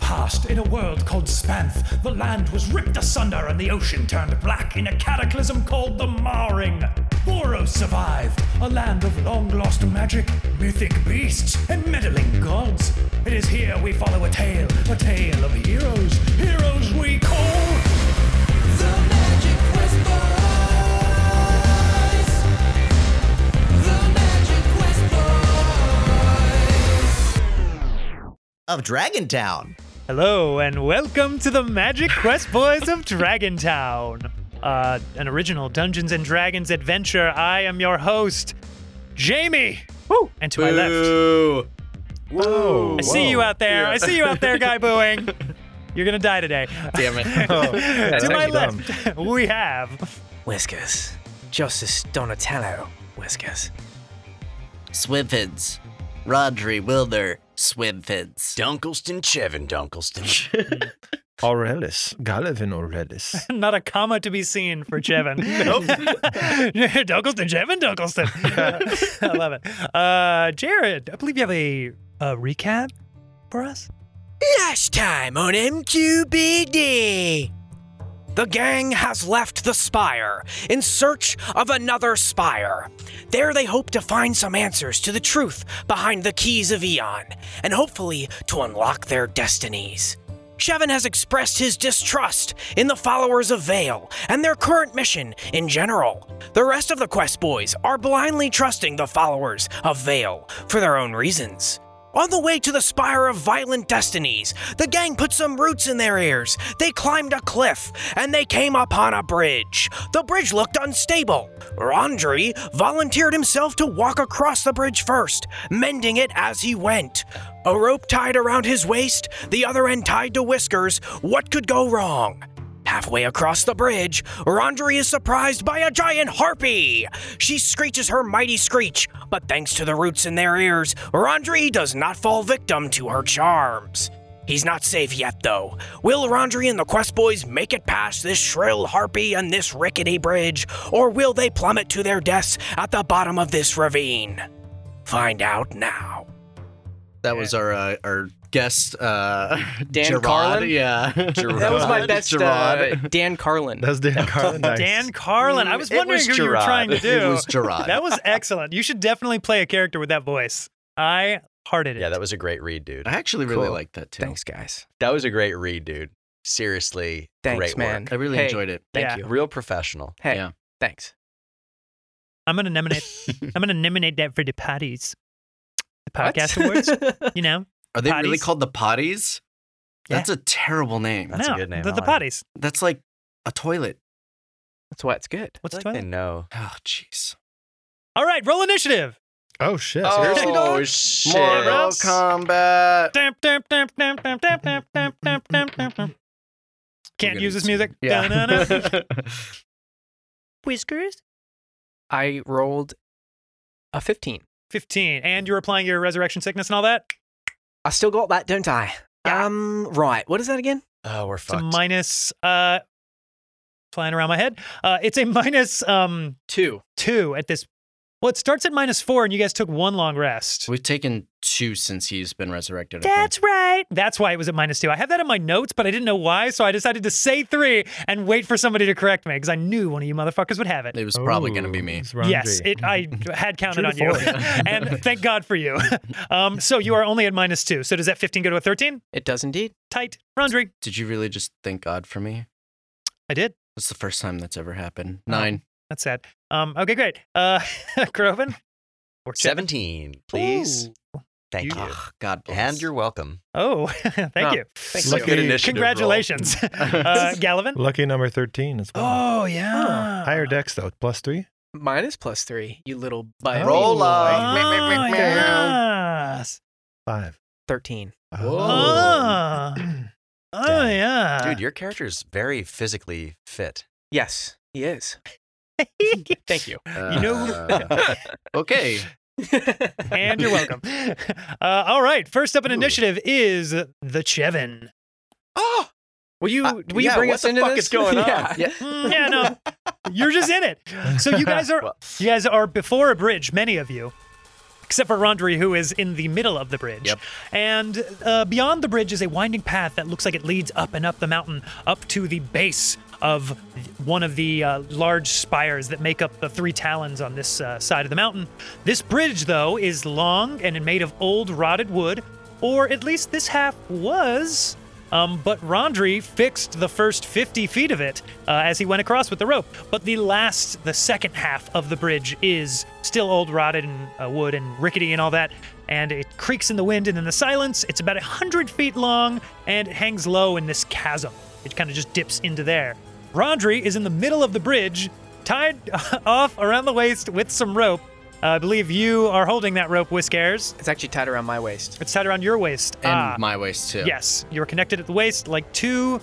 past, in a world called Spanth, the land was ripped asunder and the ocean turned black in a cataclysm called the Marring. Boros survived, a land of long lost magic, mythic beasts, and meddling gods. It is here we follow a tale, a tale of heroes, heroes we call The Magic Quest Boys. The Magic Quest Boys. of Dragontown. Hello and welcome to the Magic Quest Boys of Dragontown, uh, an original Dungeons and Dragons adventure. I am your host, Jamie. Woo! And to my left, Oh, Boo. Whoa. I see you out there. I see you out there, guy booing. You're gonna die today. Damn it. to my actually dumb. left, we have Whiskers. Justice Donatello. Whiskers. Swimfins. Rodri Wilner. Swimfins. Dunkleston Chevin Dunkleston. Aurelis, Galevin Aurelis. not a comma to be seen for Jevin. nope. Dunkleston, Jevin Dunkleston. I love it. Uh, Jared, I believe you have a, a recap for us. Last time on MQBD. The gang has left the spire in search of another spire. There they hope to find some answers to the truth behind the keys of Eon, and hopefully to unlock their destinies. Shevin has expressed his distrust in the followers of Vale and their current mission in general. The rest of the Quest Boys are blindly trusting the followers of Vale for their own reasons. On the way to the Spire of Violent Destinies, the gang put some roots in their ears. They climbed a cliff and they came upon a bridge. The bridge looked unstable. Rondri volunteered himself to walk across the bridge first, mending it as he went. A rope tied around his waist, the other end tied to Whiskers. What could go wrong? Halfway across the bridge, Rondri is surprised by a giant harpy. She screeches her mighty screech, but thanks to the roots in their ears, Rondri does not fall victim to her charms. He's not safe yet, though. Will Rondri and the Quest Boys make it past this shrill harpy and this rickety bridge, or will they plummet to their deaths at the bottom of this ravine? Find out now. That was our uh, our guest uh Dan Gerard. Carlin? Yeah. That was my Gerard. best uh, Gerard. Dan Carlin. That's Dan Carlin. Nice. Dan Carlin. I was it wondering was who you were Gerard. trying to do. It was Gerard. That was excellent. You should definitely play a character with that voice. I hearted it. yeah, that was a great read, dude. I actually really Cool. liked that too. Thanks, guys. That was a great read, dude. Seriously, Thanks, great man. work. I really Hey. enjoyed it. Thank Yeah. you. Real professional. Hey, Yeah. thanks. I'm gonna nominate. I'm gonna nominate that for the patties, the podcast awards. You know, Are they really Potties? called the Potties? Yeah. That's a terrible name. That's a no, good name. The, I the like potties. That's like a toilet. That's why it's good. What's I the feel like toilet? they know. Oh, jeez. All right, roll initiative. Oh shit. Seriously, dog? shit. Mortal Kombat. Damp, damp, damp, damp, damp, damp, damp, damp, damp, damp, damp, damp. Can't use this music. Da-na-na. Whiskers. I rolled a 15. Fifteen, and you're applying your resurrection sickness and all that. I still got that, don't I? Um, right. What is that again? Oh, we're It's a fucked. minus. Uh, flying around my head. Uh, it's a minus. Um, Two. two at this. Well, it starts at minus four, and you guys took one long rest. We've taken two since he's been resurrected. I think. That's right. That's why it was at minus two. I have that in my notes, but I didn't know why, so I decided to say three and wait for somebody to correct me because I knew one of you motherfuckers would have it. It was probably going to be me. It's round yes, three. it, I had counted True on to you, form. and thank God for you. Um, so you are only at minus two. So does that fifteen go to a thirteen? It does indeed. Tight, Rondry. Did you really just thank God for me? I did. That's the first time that's ever happened. Nine. That's sad. Um, okay, great. Uh, Groven or Chip? 17, please. Ooh. Thank you. Ah, God bless. And you're welcome. Oh, thank Oh, you. Thanks. Lucky- Good initiative. roll. Congratulations, uh, Gallivan. Lucky number 13 as well. yeah. Higher dex though, plus three. Oh. Mine is plus three, you little bite. Roll up. Ah, yes. Five. 13. Oh. Ah. Oh, Dang. yeah. Dude, your character is very physically fit. Yes, he is. Thank you. You know- okay. and you're welcome. Uh, all right. First up in Ooh. initiative is the Chevin. Oh, Will you, Uh, will you yeah, bring what us the into fuck this? is going on? Yeah. Yeah. Mm, yeah, no. You're just in it. So you guys are you guys are before a bridge, many of you. except for Rondri, who is in the middle of the bridge. Yep. And uh, beyond the bridge is a winding path that looks like it leads up and up the mountain, up to the base of one of the uh, large spires that make up the three talons on this uh, side of the mountain. This bridge, though, is long and made of old rotted wood, or at least this half was. Um, but Rondri fixed the first 50 feet of it uh, as he went across with the rope. But the last, the second half of the bridge is still old, rotted, and uh, wood and rickety and all that. And it creaks in the wind and in the silence. It's about 100 feet long and it hangs low in this chasm. It kind of just dips into there. Rondri is in the middle of the bridge, tied off around the waist with some rope. Uh, I believe you are holding that rope, Whiskers. It's actually tied around my waist. It's tied around your waist. And ah. my waist too. Yes, you are connected at the waist like two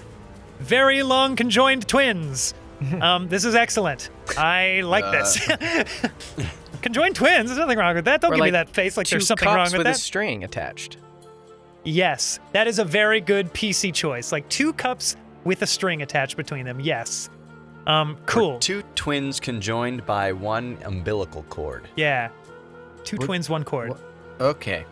very long conjoined twins. um, this is excellent. I like Uh. this. conjoined twins. There's nothing wrong with that. Don't Or give me like that face like Two there's something cups wrong with that. a string attached. yes, that is a very good PC choice. Like two cups with a string attached between them. Yes. Um, cool. Two twins conjoined by one umbilical cord. yeah. 2 twins, one cord. Okay.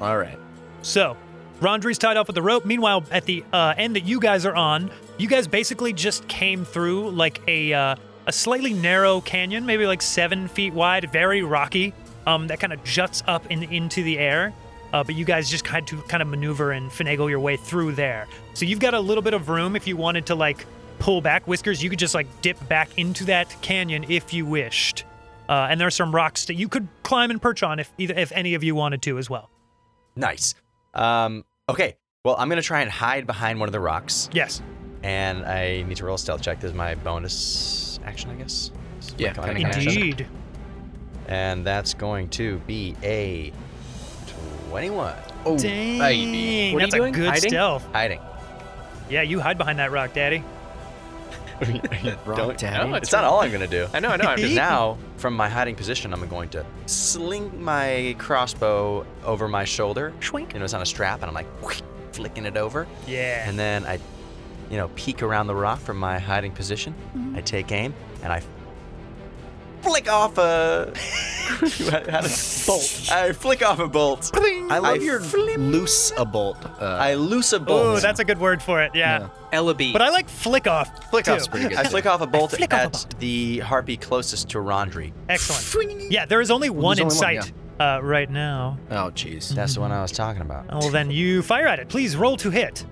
All right. So, Rondri's tied off with the rope. Meanwhile, at the uh, end that you guys are on, you guys basically just came through like a uh, a slightly narrow canyon, maybe like seven feet wide, very rocky. Um, that kind of juts up and into the air. Uh, but you guys just had to kind of maneuver and finagle your way through there. So you've got a little bit of room if you wanted to like pull back whiskers. You could just like dip back into that canyon if you wished. Uh, and there are some rocks that you could climb and perch on if either if any of you wanted to as well. Nice. Um, okay. Well, I'm gonna try and hide behind one of the rocks, Yes. and I need to roll a stealth check. This is my bonus action, I guess. This is my Yeah, commanding kinda action. Indeed. And that's going to be a 21. Oh, Dang, baby. What are that's you a doing? good Hiding? stealth. Hiding. Yeah, you hide behind that rock, Daddy. Oh, Don't Daddy. It's not all I'm gonna do. I know, I know. I'm Because just now, from my hiding position, I'm going to sling my crossbow over my shoulder. Shwink. You know, it's on a strap, and I'm like flicking it over. Yeah. And then I, you know, peek around the rock from my hiding position. I take aim, and I flick off a. You had had a bolt. I flick off a bolt. I love I your flip. loose a bolt. Uh, I loose a bolt. Oh, that's a good word for it. Yeah. Yeah. Ellaby. But I like flick off. flick too. off's pretty good. I flick off a bolt flick off a at the harpy closest to Rondri. Excellent. Yeah, there is only one in There's only one, sight uh, right now. Oh, jeez. That's Mm-hmm. the one I was talking about. Uh, Well, then you fire at it. Please roll to hit.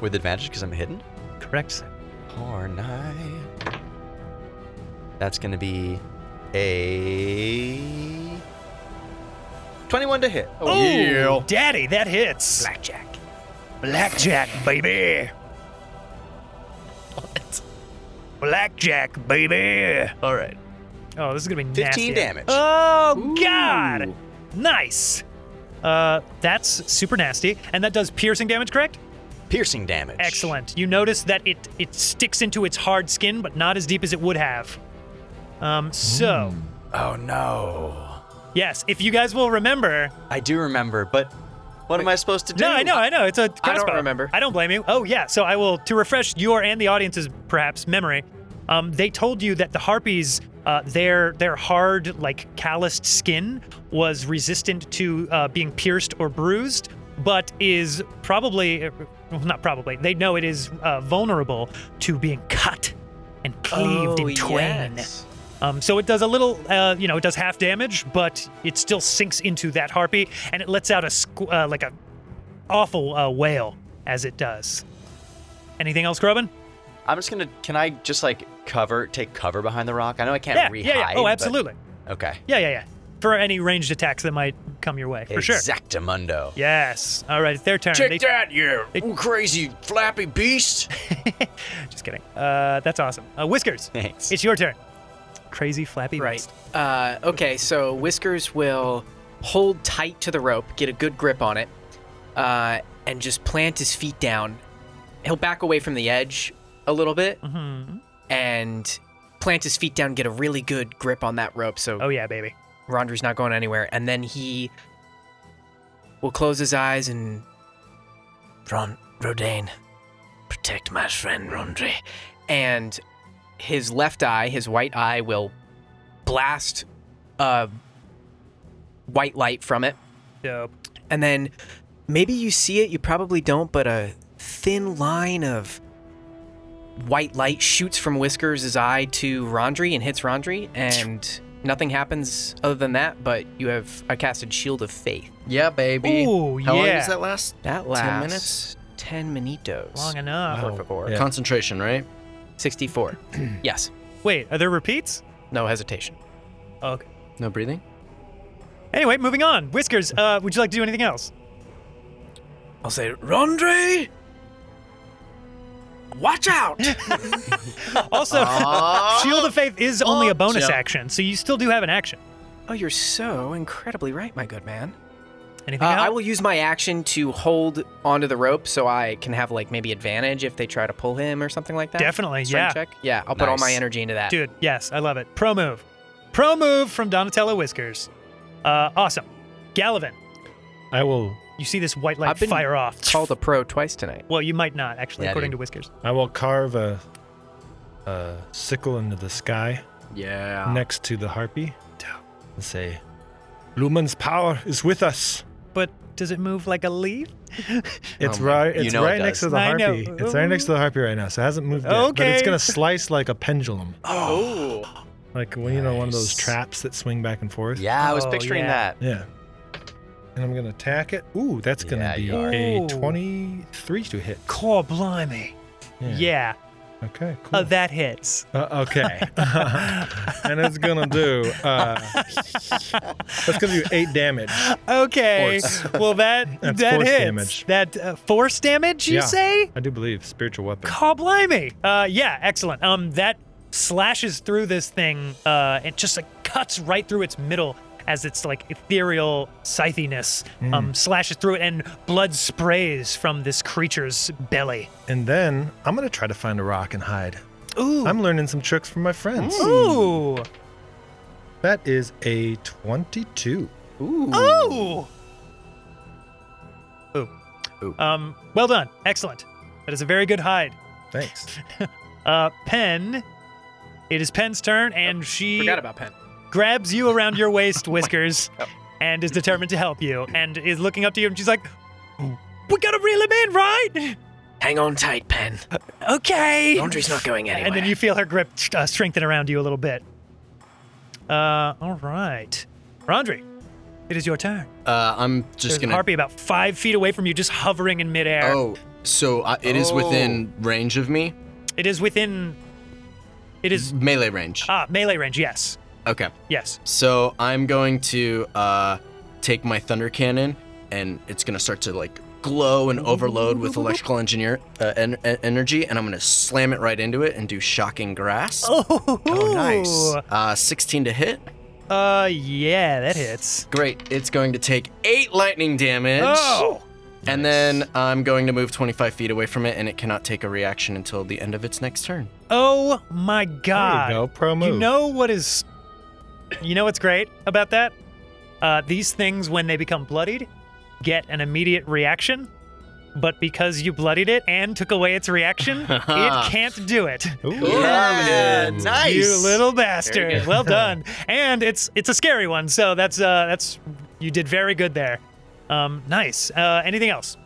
With advantage because I'm hidden. Oh. Correct. sir. Or nine. That's gonna be a twenty-one to hit. Oh, Daddy, that hits. Blackjack. Blackjack, baby. Blackjack, baby. All right. Oh, this is gonna be 15 nasty. damage. Oh god! Nice. Uh, that's super nasty, and that does piercing damage, correct? Piercing damage. Excellent. You notice that it it sticks into its hard skin, but not as deep as it would have. Um, so Oh no. yes, if you guys will remember, I do remember, but what am I supposed to do? no, I know, I know. It's a crossbow. remember. I don't blame you. Oh yeah. So I will to refresh your and the audience's perhaps memory. Um, they told you that the harpies, uh, their their hard like calloused skin was resistant to uh, being pierced or bruised, but is probably uh, well, not probably. They know it is uh, vulnerable to being cut and cleaved in twain. Um, so it does a little, uh, you know, it does half damage, but it still sinks into that harpy, and it lets out a squ- uh, like a awful uh, wail as it does. Anything else, Groban? I'm just gonna. Can I just like cover, take cover behind the rock? I know I can't Yeah, rehide. yeah, yeah. Oh, but- absolutely. okay. Yeah, yeah, yeah. For any ranged attacks that might come your way, for sure. Exactamundo. Yes. All right, it's their turn. They- that, you crazy flappy beast. Just kidding. Uh, that's awesome. Uh, Whiskers, Thanks. it's your turn. Crazy flappy. Right. beast. Uh, okay, so Whiskers will hold tight to the rope, get a good grip on it, uh, and just plant his feet down. He'll back away from the edge a little bit and plant his feet down, get a really good grip on that rope so Oh yeah, baby. Rondri's not going anywhere. And then he will close his eyes and. Ron, Rodaine, protect my friend Rondri. And his left eye, his white eye, will blast a white light from it. Dope. And then maybe you see it, you probably don't, but a thin line of white light shoots from Whiskers' eye to Rondry and hits Rondry, and nothing happens other than that, but you have a casted Shield of Faith. Yeah, baby. Ooh, How long yeah. does that last? That 10 lasts minutes? 10 minutos. Long enough. Wow. Por favor. Yeah. Concentration, right? 64. yes. Wait, are there repeats? No hesitation. Okay. No breathing? Anyway, moving on. Whiskers, uh, would you like to do anything else? I'll say, Rondre, watch out! Also, Shield of Faith is only a bonus Jump. action, so you still do have an action. Oh, you're so incredibly right, my good man. Anything Uh, else? I will use my action to hold onto the rope so I can have like maybe advantage if they try to pull him or something like that. Definitely, Strength yeah. Check. Yeah, I'll put all my Nice. energy into that. Dude, yes, I love it. Pro move. Pro move from Donatello Whiskers. Uh, awesome. Gallivan, I will. you see this white light I've been fire off. Called a pro twice tonight. Well, you might not, actually, Yeah, according to dude. Whiskers. I will carve a, a sickle into the sky Yeah. next to the harpy and say, "Lumen's power is with us." But does it move like a leaf? It's my- right. Um, you It's know it right next does. to the I know. harpy. It's right next to the harpy right now, so it hasn't moved yet. But it's Okay. gonna slice like a pendulum, Oh. like well, you know, one of those Nice. traps that swing back and forth. Yeah, I was Oh, picturing yeah. that. Yeah. And I'm gonna attack it. Ooh, that's Yeah, gonna you are. be Ooh. a 23 to hit. Core blimey. Yeah. Okay. Cool. Uh, that hits. Uh, okay. and it's gonna do. Uh, that's gonna do eight damage. Okay. Well, that That's that force hits. damage. That uh, force damage, you Yeah. say? I do believe spiritual weapon. Call blimey. Uh, yeah, excellent. Um, that slashes through this thing. Uh, it just like cuts right through its middle as its like ethereal scythiness um slashes through it, and blood sprays from this creature's belly. And then I'm gonna try to find a rock and hide. Ooh. I'm learning some tricks from my friends. Ooh. That is a 22. Ooh. Ooh. Ooh. Um, well done. Excellent. That is a very good hide. Thanks. Uh, Pen. It is Pen's turn, and she Forgot about pen. grabs you around your waist, Whiskers, and is determined to help you, and is looking up to you, and she's like, "We gotta reel him in, right? Hang on tight, pen. Okay." Laundry's not going anywhere. And then you feel her grip uh, strengthen around you a little bit. Uh, all right, Rondri, it is your turn. Uh, I'm just There's going to. Harpy about five feet away from you, just hovering in midair. Oh, so I, it is within range of me? It is within. It is Melee range. ah melee range. Yes, Okay. yes. So I'm going to uh, take my thunder cannon, and it's going to start to like glow and overload with electrical engineer uh, en- en- energy, and I'm going to slam it right into it and do shocking grass. Oh, nice. Uh, 16 to hit. Uh, yeah, that hits. Great. It's going to take eight lightning damage. Oh, And then I'm going to move 25 feet away from it, and it cannot take a reaction until the end of its next turn. oh my There God! you go. Pro You move. know what is? You know what's great about that? Uh, these things, when they become bloodied, get an immediate reaction. But because you bloodied it and took away its reaction, it can't do it. Ooh. Yeah, nice. You little bastard! Well done. and it's it's a scary one, so that's uh that's you did very good there. Um, nice. Uh, anything else?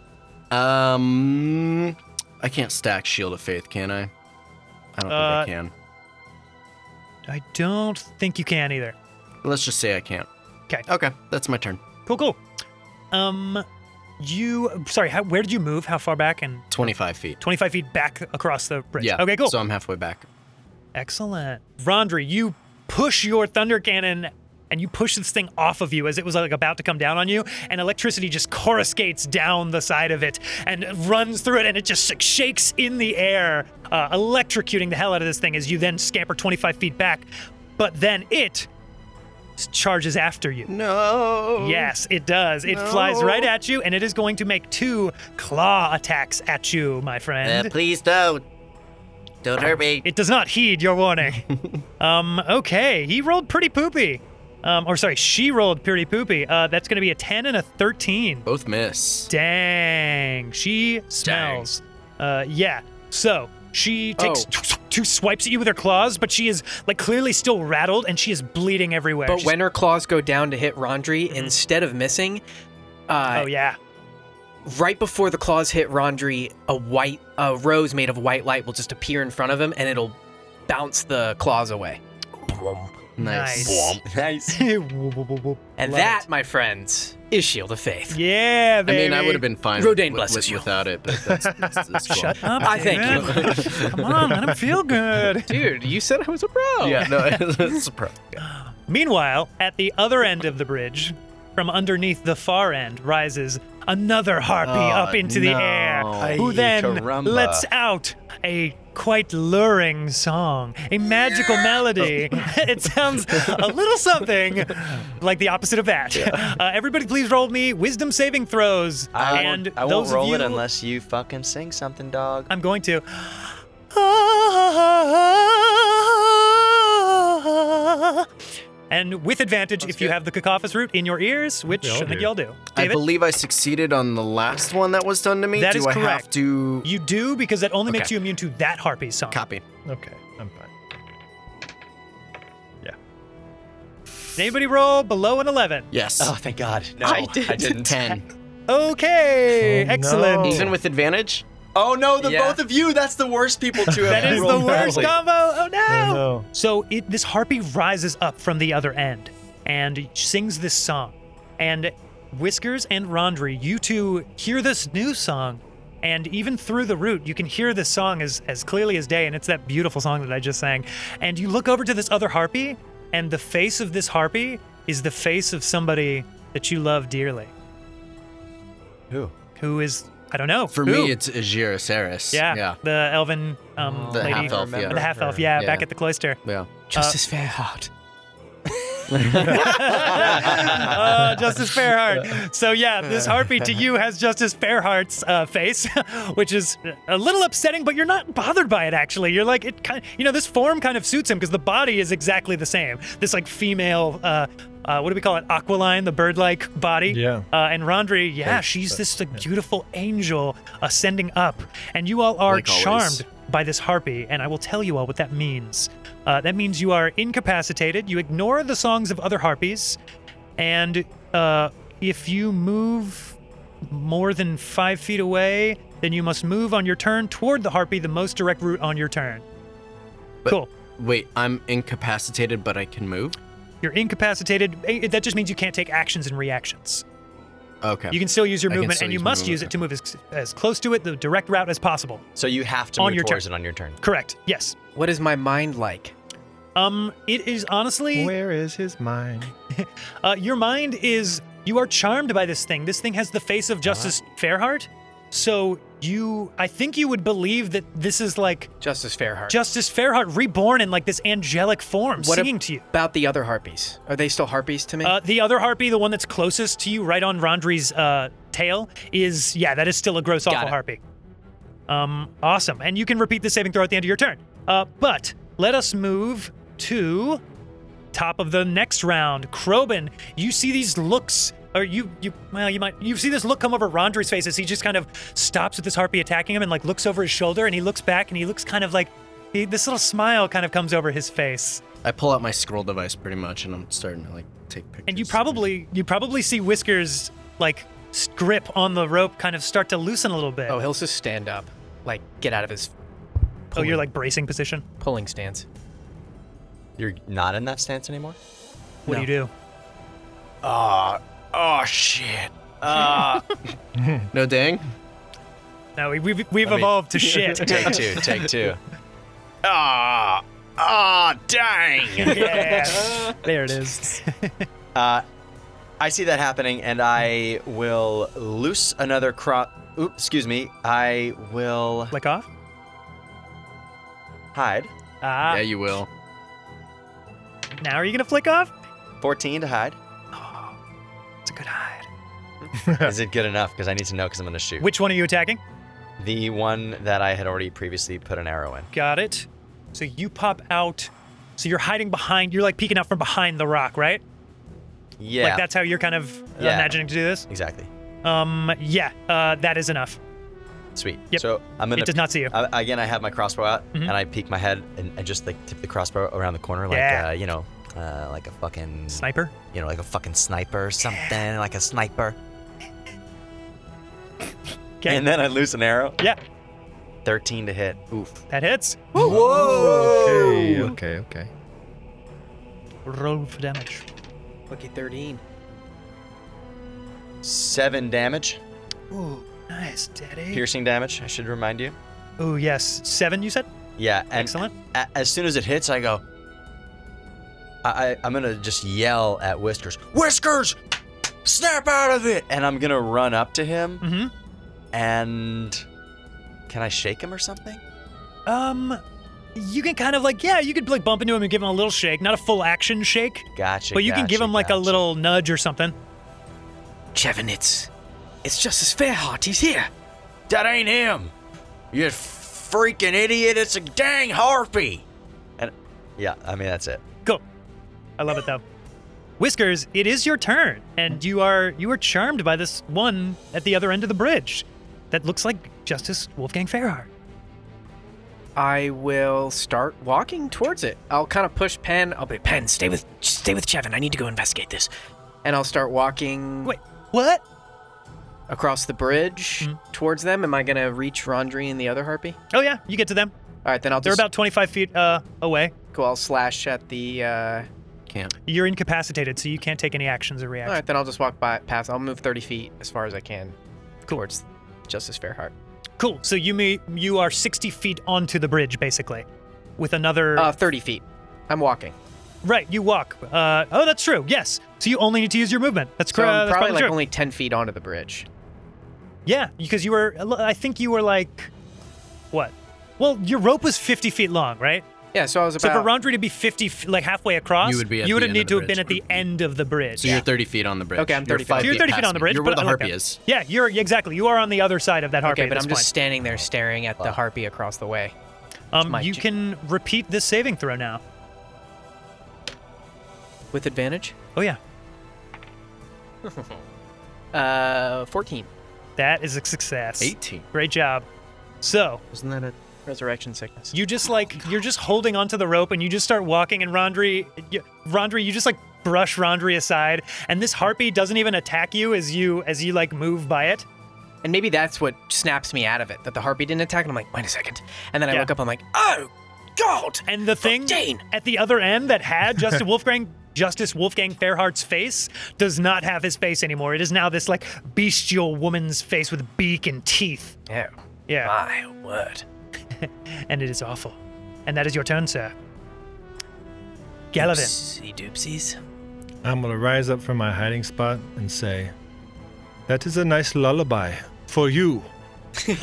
Um, I can't stack Shield of Faith, can I? I don't Uh, think I can. I don't think you can either. Let's just say I can't. 'Kay. Okay, that's my turn. uh, Cool, cool. Um, you sorry, how, where did you move? How far back? And 25 feet. 25 feet back across the bridge. Yeah. Okay, cool. So I'm halfway back. Excellent. Rondri, you push your thunder cannon and you push this thing off of you as it was like about to come down on you, and electricity just coruscates down the side of it and runs through it, and it just like, shakes in the air, uh, electrocuting the hell out of this thing as you then scamper 25 feet back. But then it s- charges after you. No. Yes, it does. It flies right at you, and it is going to make two claw attacks at you, my friend. Uh, please don't. Don't hurt me. It does not heed your warning. um, okay, he rolled pretty poopy. Um, or sorry, she rolled pretty poopy. Uh, that's going to be a 10 and a 13. Both miss. Dang, she smells. Uh, yeah. So She takes Oh. two, two swipes at you with her claws, but she is like clearly still rattled and she is bleeding everywhere. But She's- when her claws go down to hit Rondri, Mm-hmm. instead of missing, uh, oh yeah, right before the claws hit Rondri, a white a rose made of white light will just appear in front of him and it'll bounce the claws away. Nice. Nice. nice. Whoop, whoop, whoop, whoop. And Love that, it. my friends, is Shield of Faith. yeah, I baby. mean, I would have been fine Rodaine with, blesses with- you. without it, but that's, that's, that's cool. Shut up. I thank David. Come on, let him feel good. Dude, you said I was a pro. Yeah, no, it's a pro. Yeah. Meanwhile, at the other end of the bridge, from underneath the far end, rises another harpy up into the air, Oh, no. who Ay, then caramba. lets out a quite luring song, a magical melody. it sounds a little something like the opposite of that. Uh, everybody, please roll me wisdom saving throws. I and won't, I those won't of roll it you- unless you fucking sing something, dog. I'm going to. And with advantage, if you have the cacophonous root in your ears, which all I think do. y'all do. I David, believe I succeeded on the last one that was done to me. That Do is I correct. have to you do because that only makes Okay. you immune to that harpy song. copy? Okay, I'm fine. Did Anybody roll below an 11? Yes. Oh, thank God. No, I didn't. Ten. Okay, Oh, no. excellent. Even with advantage. Oh no, the Yeah. both of you. That's the worst people to have. That is the rolled worst badly. combo. Oh Oh, no! no. So it, this harpy rises up from the other end and sings this song. And Whiskers and Rondri, you two hear this new song, and even through the root, you can hear this song as as clearly as day. And it's that beautiful song that I just sang. And you look over to this other harpy, and the face of this harpy is the face of somebody that you love dearly. Who? Who is I don't know. For who? me, it's Ajira Saris. yeah, Yeah. the elven um, The lady, half elf. the Yeah. half elf. Yeah, Yeah. back at the cloister. Yeah. Justice Fairheart. oh, Justice Fairheart. So yeah, this harpy to you has Justice Fairheart's uh, face, which is a little upsetting, but you're not bothered by it actually. You're like it kind, you know, this form kind of suits him because the body is exactly the same. This like female, uh, uh, what do we call it? Aquiline, the bird-like body. Yeah. Uh, and Rondri, yeah, she's this like, beautiful angel ascending up, and you all are Like always. charmed by this harpy, and I will tell you all what that means. Uh, that means you are incapacitated. You ignore the songs of other harpies, and uh, if you move more than five feet away, then you must move on your turn toward the harpy, the most direct route on your turn. But- cool. Wait, I'm incapacitated, but I can move. You're incapacitated. Eh, That just means you can't take actions and reactions. Okay. You can still use your I can movement, still and you use my must use it movement, to move as, as close to it, the direct route as possible. So you have to On move your towards it on your turn. Correct. Yes. What is my mind like? Um, it is honestly. Where is his mind? Uh, your mind is. You are charmed by this thing. This thing has the face of Justice Fairheart. So you. I think you would believe that this is like Justice Fairheart. Justice Fairheart reborn in like this angelic form What ab- singing to you. about the other harpies? Are they still harpies to me? Uh, the other harpy, the one that's closest to you, right on Rondri's uh, tail, is. Yeah, that is still a gross, awful it. harpy. Um, awesome. And you can repeat the saving throw at the end of your turn. Uh, but let us move to top of the next round. Krobin, you see these looks, or you, you, well, you might, you see this look come over Rondri's face as he just kind of stops with this harpy attacking him and like looks over his shoulder and he looks back and he looks kind of like, he, this little smile kind of comes over his face. I pull out my scroll device pretty much, and I'm starting to like take pictures. And you probably, you probably see Whiskers like s- grip on the rope kind of start to loosen a little bit. oh, he'll just stand up, like get out of his oh you're like bracing position. pulling stance. You're not in that stance anymore. What do you do? Oh shit. No dang. Uh, No, we, we've, we've mean- evolved to shit. Take two. Take two. yeah. There it is. I see that happening, and I will loose another crop. Oop, excuse me. I will Flick off. hide. Ah, yeah, you will. now are you going to flick off? 14 to hide. It's a good hide. Is it good enough? Because I need to know because I'm going to shoot. Which one are you attacking? The one that I had already previously put an arrow in. Got it. So you pop out. So you're hiding behind. You're like peeking out from behind the rock, right? Yeah. Like that's how you're kind of Yeah. imagining to do this. exactly. Um, yeah. Uh, that is enough. Sweet. Yep. So I'm gonna. It does not see you. Mm-hmm. I, again, I have my crossbow out, and I peek my head and, and just like tip the crossbow around the corner, like Yeah. uh, you know, uh, like a fucking Sniper? You know, like a fucking sniper or something, like a sniper. 'Kay. And then I lose an arrow. Yeah, 13 to hit. Oof. that hits. Okay, okay, okay. Roll for damage. Lucky 13. Seven damage. Ooh, nice, Daddy. Piercing damage, I should remind you. Ooh, yes. Seven, you said? Yeah. And Excellent. a- as soon as it hits, I go. I, I I'm gonna just yell at Whiskers. Whiskers, snap out of it! And I'm gonna run up to him. Mhm. And can I shake him or something? Um, you can kind of like, yeah, you could like bump into him and give him a little shake, not a full action shake, Gotcha. but you can give gotcha, him like a gotcha. little nudge or something. Chevin, it's, it's Justice Fairheart. He's here. That ain't him. You freaking idiot! It's a dang harpy. And yeah, I mean that's it. Go. I love it though. Whiskers, it is your turn, and you are you are charmed by this one at the other end of the bridge, that looks like Justice Wolfgang Fairheart. I will start walking towards it. I'll kind of push Pen. I'll be Pen. Stay with, stay with Chevin. I need to go investigate this. And I'll start walking Wait, Hmm. what? across the bridge towards them. Am I gonna reach Rondri and the other harpy? Oh yeah, you get to them. All right, then I'll They're just about 25 feet uh, away. go. I'll slash at the. Uh, Can't. You're incapacitated, so you can't take any actions or all reactions. right, then I'll just walk by past. I'll move 30 feet as far as I can towards Justice Fairheart. Cool. So you may you are 60 feet onto the bridge basically, with another Uh, 30 feet. I'm Uh, walking. Right, you walk. Uh, oh, that's true. Yes. So you only need to use your movement. That's So correct. I'm that's probably like true. only 10 feet onto the bridge. yeah, because you were. I think you were like, what? Well, your rope was 50 feet long, right? Yeah, so I was So about. for Roundtree to be 50, f- like halfway across, You would be at you the would have end need of the to have been at bridge. the end of the bridge. So you're 30 feet on the bridge. Okay, I'm You're 30 feet. five So you're 30 feet past on me. the bridge. You're where but the I like harpy that. is. Yeah, you're exactly. You are on the other side of that harpy. okay, but at I'm this just standing there staring at the harpy across the way. point. Um, my you ju- can repeat this saving throw now. With advantage? Oh yeah, Uh, 14. that is a success. 18. Great job. So Isn't that a Resurrection sickness. You just like you're just holding onto the rope and you just start walking and Rondri you, Rondri you just like brush Rondri aside and this harpy doesn't even attack you as you as you like move by it. And maybe that's what snaps me out of it, that the harpy didn't attack, and I'm like, wait a second. And then I Yeah. look up, I'm like, oh, God! And the thing Fifteen. at the other end that had Justice Wolfgang Justice Wolfgang Fairhart's face does not have his face anymore. It is now this like bestial woman's face with beak and teeth. Yeah. Yeah. My word. And it is awful. And that is your turn, sir. Gallivan. Oopsie doopsies. I'm gonna rise up from my hiding spot and say, "That is a nice lullaby for you." and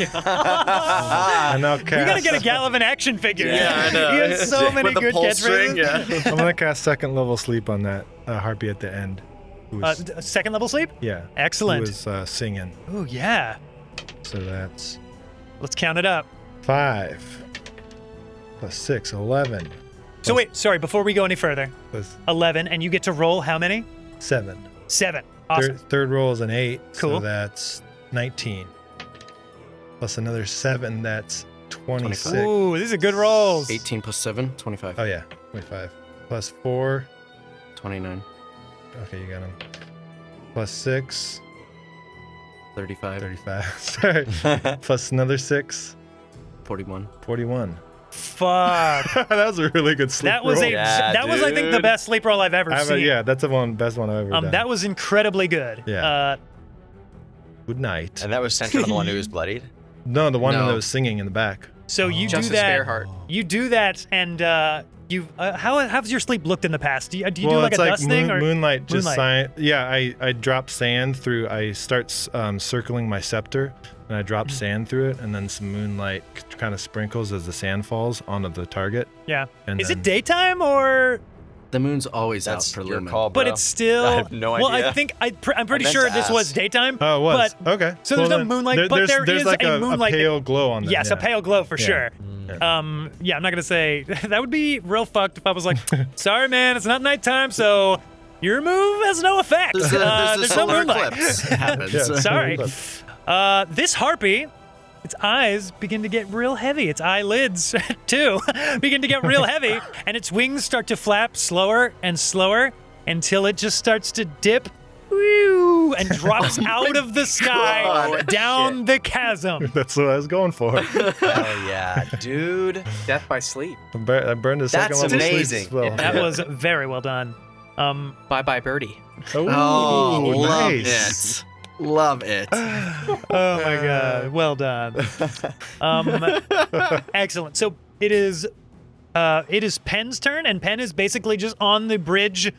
I'll cast. You gotta get a Gallivan action figure. Yeah, I know. He has so many With the good pull catchphrases. string, yeah. I'm gonna cast second level sleep on that uh, harpy at the end. Who Uh, was, d- second level sleep? yeah. excellent. Who was uh, singing? Oh yeah. So that's Let's count it up. five plus six, eleven So wait, sorry, before we go any further. plus 11 and you get to roll how many? seven. 7. Awesome. Third, third roll is an eight. Cool. So that's 19. Plus another seven, that's 26. Ooh, these are good rolls. 18 plus 7, 25. Oh, yeah. 25. Plus four. 29, Okay, you got him. Plus six. 35, 35. Sorry. Plus another six. 41. 41. Fuck. that was a really good sleep That was a roll. Yeah, that was I think the dude. best sleep roll I've ever I'm a- seen. yeah, that's the one best one I've ever Um, done. that was incredibly good. Yeah. Uh, Good night. And that was centered on the one who was bloodied. No, the one No. that was singing in the back. so you Justice do that. Fairheart. You do that, and uh, you uh, how how's your sleep looked in the past? Do you, do, you well, do like it's a like dust moon, thing or moonlight just Moonlight. sign- yeah I, I drop sand through i start um, circling my scepter and i Mm-hmm. drop sand through it and then some moonlight kind of sprinkles as the sand falls onto the target yeah? and Is then- it daytime or? The moon's always That's out for your Lumen. call, But bro. it's still. I have no Well, I idea. think I pr- I'm pretty meant sure to this was ask. daytime. oh it was But okay so there's no Well, then, moonlight, there- but there's, there there's is like a a, moonlight that- pale glow on them, Yes, a yeah. pale glow for Yeah. sure. Um, yeah, I'm not gonna say that would be real fucked if I was like, sorry, man, it's not nighttime, so your move has no effect. There's, a, there's, Uh, a there's no solar moonlight. eclipse happens. Yeah. Sorry. Look. Uh, this harpy its eyes begin to get real heavy. Its eyelids, too, begin to get real heavy, and its wings start to flap slower and slower until it just starts to dip whew, and drops out of the sky Oh God. down the chasm. That's what I was going for. Hell yeah, dude. Death by sleep. I bur- I burned a second That's level sleep amazing. spell. That was very well done. Um, Bye bye, birdie. Ooh, Oh, love nice. it. Love it. Oh my god! Well done. Um, excellent. So it is, uh, it is Penn's turn, and Penn is basically just on the bridge.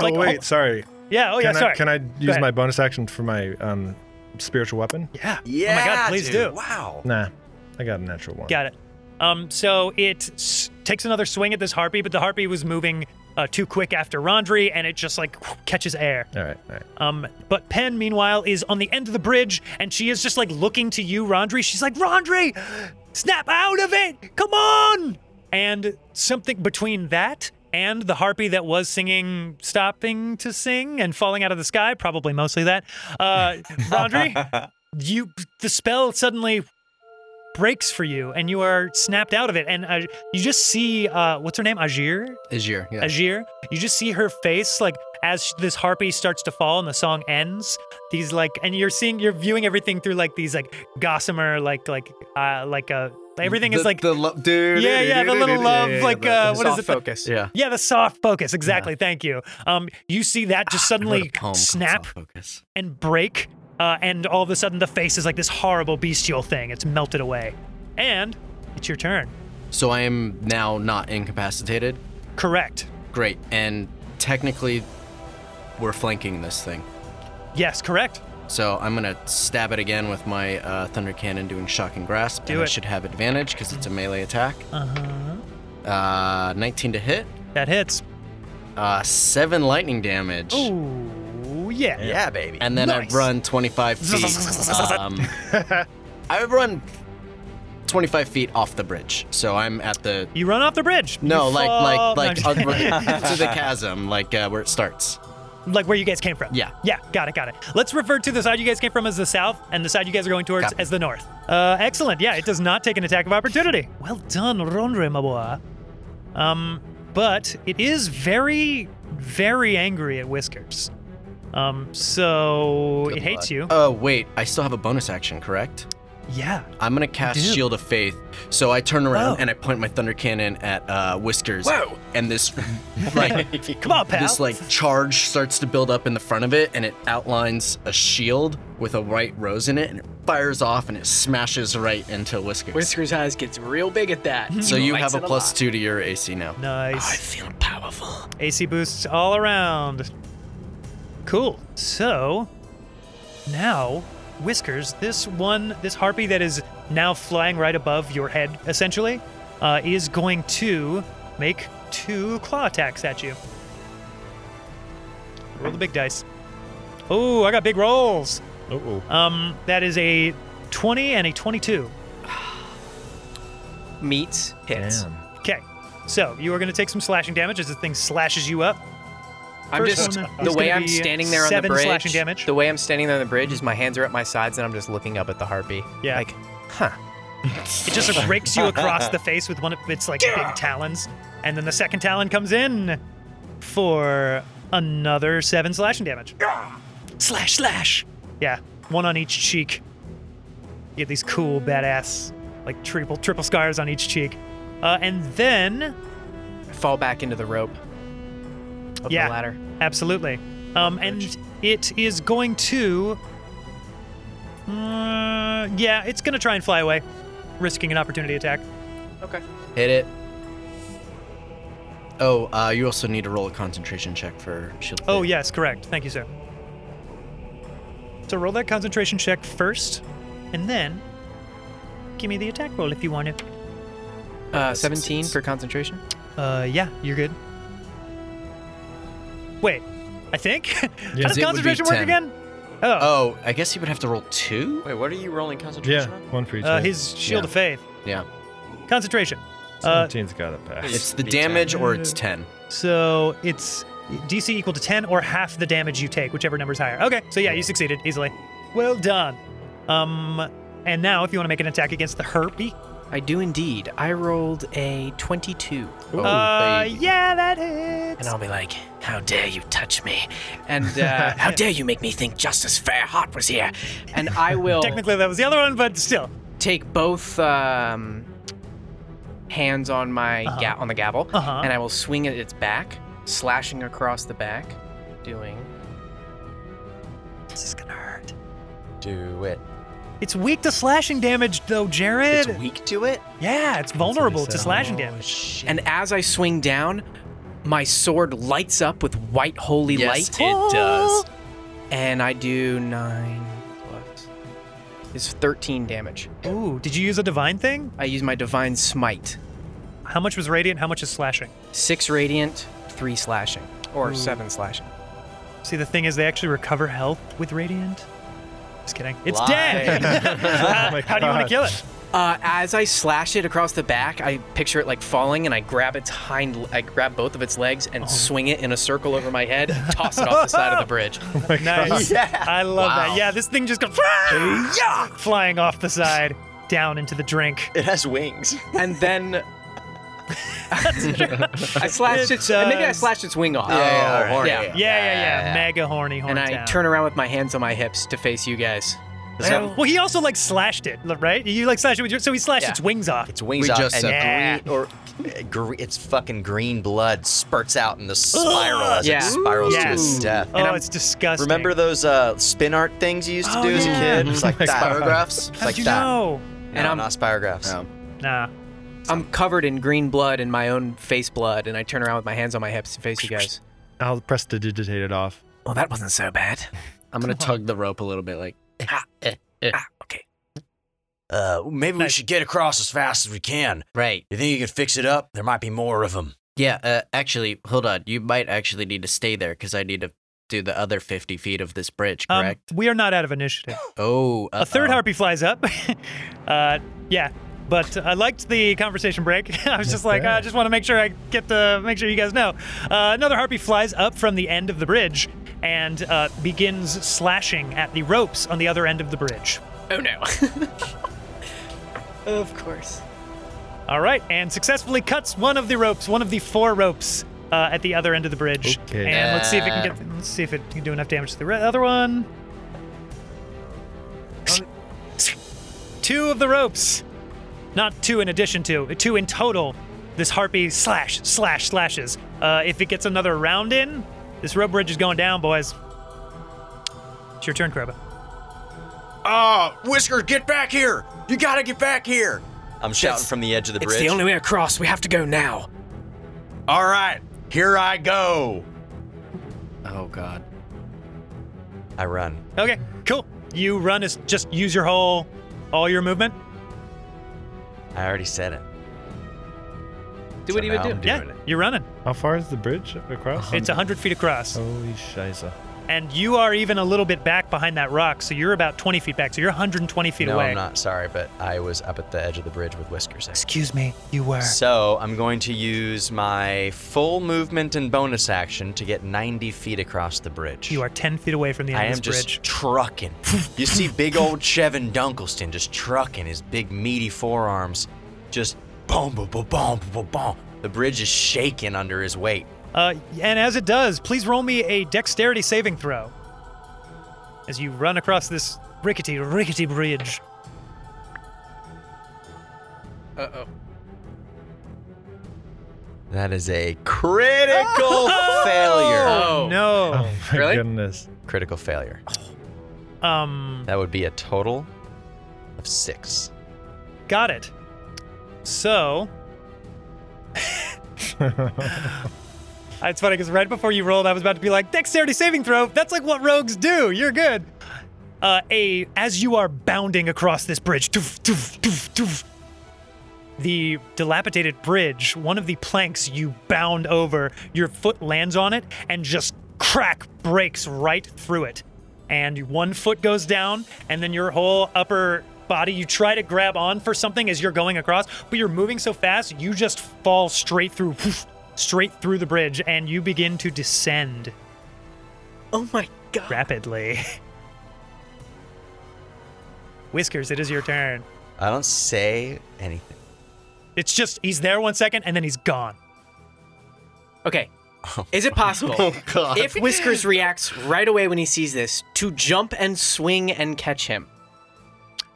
Like, oh wait, sorry. yeah. Oh yeah. can sorry. I can I use ahead. my bonus action for my um spiritual weapon? Yeah. Yeah. Oh my god! Please dude. do. Wow. Nah. I got a natural one. Got it. Um, so it s- takes another swing at this harpy, but the harpy was moving uh, too quick after Rondri, and it just like catches air. All right, all right. Um, but Penn, meanwhile, is on the end of the bridge, and she is just like looking to you, Rondri. She's like, Rondri, snap out of it! Come on! And something between that and the harpy that was singing, stopping to sing and falling out of the sky, probably mostly that, uh, Rondri, you the spell suddenly breaks for you, and you are snapped out of it, and uh, you just see uh, what's her name, Ajir, Azir. Yeah. Ajir, you just see her face like as this harpy starts to fall and the song ends. These like, and you're seeing, you're viewing everything through like these like gossamer, like like uh like uh, everything is The- like the lo- dude. yeah yeah the little love yeah, like the- uh what is Soft it the- focus. yeah. yeah the soft focus exactly thank you um you see that just Ah, I wrote suddenly a poem called snap Soft Focus. and break, uh, and all of a sudden the face is like this horrible bestial thing. It's melted away, and it's your turn. So I am now not incapacitated. Correct. Great. And technically, we're flanking this thing. Yes, correct. So I'm gonna stab it again with my uh, thunder cannon, doing shocking grasp. Do and I it. should have advantage because it's a melee attack. Uh-huh. 19 to hit. That hits. Uh, seven lightning damage. Ooh yeah. Yeah, baby. And then Nice. I run 25 feet. um, I run 25 feet off the bridge. So I'm at the You run off the bridge. no, You like fall- like no, like I'm just- uh, to the chasm, like uh, where it starts. like where you guys came from. Yeah. yeah, got it, got it. Let's refer to the side you guys came from as the south, and the side you guys are going towards Copy. as the north. Uh, excellent. Yeah, it does not take an attack of opportunity. Well done, Rondre Mabua. Um, but it is very, very angry at Whiskers. Um, so it hates you. Oh wait, I still have a bonus action, correct? yeah. I'm gonna cast do. Shield of Faith. So I turn around Oh. and I point my thunder cannon at uh, Whiskers. Whoa. And this like Come on, pal. this like charge starts to build up in the front of it and it outlines a shield with a white rose in it and it fires off and it smashes right into Whiskers. Whisker's eyes gets real big at that. So you Likes have a it plus lot. two to your AC now. nice. feel powerful. AC boosts all around. Cool. So now, Whiskers, this one, this harpy that is now flying right above your head, essentially, uh, is going to make two claw attacks at you. Roll the big dice. Oh, I got big rolls. Uh-oh. Um, that is a 20 and a 22. Mm-hmm. Meets hits. Damn. Okay. So you are going to take some slashing damage as the thing slashes you up. I'm First just one the is way gonna I'm be standing there on the seven bridge. slashing damage. The way I'm standing there on the bridge is my hands are at my sides and I'm just looking up at the harpy. Yeah. Like, huh. It just like, rakes you across the face with one of its like big talons, and then the second talon comes in for another seven slashing damage. Slash slash. Yeah, one on each cheek. You get these cool badass like triple triple scars on each cheek, uh, and then Fall back into the rope of Yeah. the ladder. absolutely, um, and it is going to. Uh, yeah, it's gonna try and fly away, risking an opportunity attack. Okay. Hit it. Oh, uh, you also need to roll a concentration check for shield. of Oh, Faith. yes, correct. Thank you, sir. So roll that concentration check first, and then give me the attack roll if you want to. Uh, 17 succeeds. for concentration. Uh, yeah, you're good. Wait, I think? How It would does be concentration work 10. again? Oh, Oh, I guess you would have to roll two. Wait, what are you rolling Yeah, concentration on? one for each. uh, hit. his Shield Yeah. of Faith. Yeah, Concentration. Uh, 17's got it pass. it's the be 10. damage or it's ten. so it's DC equal to 10 or half the damage you take, whichever number's higher. Okay, so yeah, you succeeded easily. Well done. Um, And now, if you want to make an attack against the Herpy, I do indeed. I rolled a 22. Oh, uh, baby. yeah, that hits. And I'll be like, how dare you touch me? And uh, how dare you make me think Justice Fairheart was here? And I Oh. will Technically, that was the other one, but still. take both um, hands on my ga- on the gavel, Uh-huh. and I will swing at its back, slashing across the back, doing. This is gonna hurt. Do it. It's weak to slashing damage, though, Jared. It's weak to it. Yeah, it's vulnerable to said. slashing damage. Shit. And as I swing down, my sword lights up with white holy Yes, Oh. light, it does. and I do nine plus is 13 damage. Ooh, did you use a divine thing? I use my divine smite. How much was radiant? How much is slashing? Six radiant, three slashing, or seven slashing. See, the thing is, they actually recover health with radiant. Just kidding. It's Lie. dead. Uh, my How do you want to God. kill it? Uh, as I slash it across the back, I picture it like falling, and I grab its hind, I grab both of its legs and swing it in a circle over my head, and toss it off the side of the bridge. Nice. I love that. Yeah, this thing just goes yeah! flying off the side down into the drink. It has wings. And then I slashed its, and maybe I does. slashed its wing off. Oh, yeah, all right. Yeah. Yeah, yeah. Yeah, yeah, yeah. Mega horny horn And I town. turn around with my hands on my hips to face you guys. Well, he also like slashed it, l- right? You like slashed it with your, so he slashed Yeah. its wings off. Its wings We out just and said- green, or uh, gre- its fucking green blood spurts out in the spiral as Yeah. it spirals to Yes. its death. Oh, it's disgusting. Remember those uh, spin art things you used to do as a kid? It's like that. Pyrographs? It's How'd like you that. know? And And I'm- I'm not spirographs. No. Nah. I'm covered in green blood and my own face blood, and I turn around with my hands on my hips to face you guys. I'll press to digitate it off. Well, that wasn't so bad. I'm gonna tug the rope a little bit, like. Uh, maybe we should get across as fast as we can. Right. You think you can fix it up? There might be more of them. Yeah. Uh, actually, hold on. You might actually need to stay there because I need to do the other 50 feet of this bridge. Um, Correct. we are not out of initiative. oh. A third uh-oh. harpy flies up. uh, yeah, but I liked the conversation break. I was just like, I just want to make sure I get the make sure you guys know. Uh, another harpy flies up from the end of the bridge and uh, begins slashing at the ropes on the other end of the bridge. Oh no. of course. All right, and successfully cuts one of the ropes, one of the four ropes uh, at the other end of the bridge. Okay. And let's see if it can get. Let's see if it can do enough damage to the re- other one. Two of the ropes, not two in addition to two in total. This harpy slash slash slashes. Uh, if it gets another round in, this rope bridge is going down, boys. It's your turn, Kroba. Ah, Whiskers, get back here! You gotta get back here! I'm shouting from the edge of the It's bridge. the only way across. We have to go now. All right, here I go. Oh God. I run. Okay, cool. You run is just use your whole, all your movement. I already said it. Do what So he would now do. I'm yeah, doing it. you're running. How far is the bridge across? It's 100 feet across. Oh. Holy scheiße. And you are even a little bit back behind that rock, so you're about 20 feet back. So you're 120 feet No, away. I'm not sorry, but I was up at the edge of the bridge with Whiskers. actually. Excuse me, you were. So I'm going to use my full movement and bonus action to get 90 feet across the bridge. You are 10 feet away from the end I of am this just bridge. trucking. you see big old Chevin Dunkleston just trucking his big meaty forearms, just boom, boom, boom, boom, boom, boom. The bridge is shaking under his weight. Uh, and as it does, please roll me a dexterity saving throw as you run across this rickety, rickety bridge. Uh-oh. That is a critical failure. Oh. No. My Really? goodness. Critical failure. Oh. Um, That would be a total of six. got it. So. it's funny because right before you rolled, I was about to be like, dexterity saving throw. That's like what rogues do. You're good. uh, a as you are bounding across this bridge, toof, toof, toof, toof, the dilapidated bridge, one of the planks you bound over, your foot lands on it and just crack breaks right through it. And one foot goes down, and then your whole upper body, you try to grab on for something as you're going across, but you're moving so fast, you just fall straight through, poof, straight through the bridge, and you begin to descend Oh my god. rapidly. Whiskers, it is your turn. I don't say anything. It's just he's there one second and then he's gone. Okay. Oh. Is it possible if Whiskers reacts right away when he sees this to jump and swing and catch him?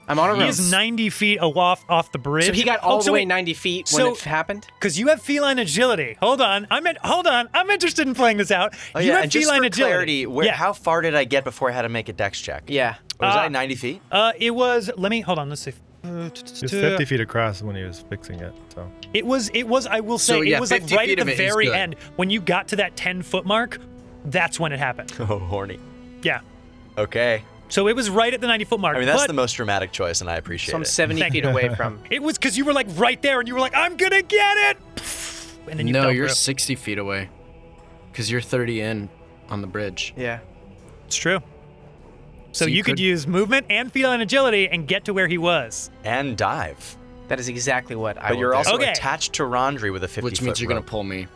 I'm on a roll. He is 90 feet off off the bridge. So he got Oh, all the so way wait, 90 feet when so- it happened. Because you have feline agility. Hold on, I'm at, hold on. I'm interested in playing this out. Oh you yeah, have and just feline for agility. clarity, where, yeah. how far did I get before I had to make a dex check? Yeah. was Ah. I 90 feet? Uh, it was. Let me hold on. Let's see. It's 50 uh, feet across when he was fixing it. So It was. It was. I will say, So, yeah, it was like 50 right feet at of the it is very good. end when you got to that 10 foot mark. That's when it happened. Oh, horny. Yeah. Okay. So it was right at the 90 foot mark. I mean, that's but the most dramatic choice, and I appreciate So I'm it. 70 Thank feet you. away from. It was because you were like right there, and you were like, "I'm gonna get it," and then you no, fell you're through. 60 feet away. Because you're 30 in on the bridge. Yeah. It's true. So, So you, you could, could- use movement and feline agility and get to where he was. and dive. That is exactly what I But will you're do. also Okay. attached to Rondry with a 50 Which means you're going to pull me.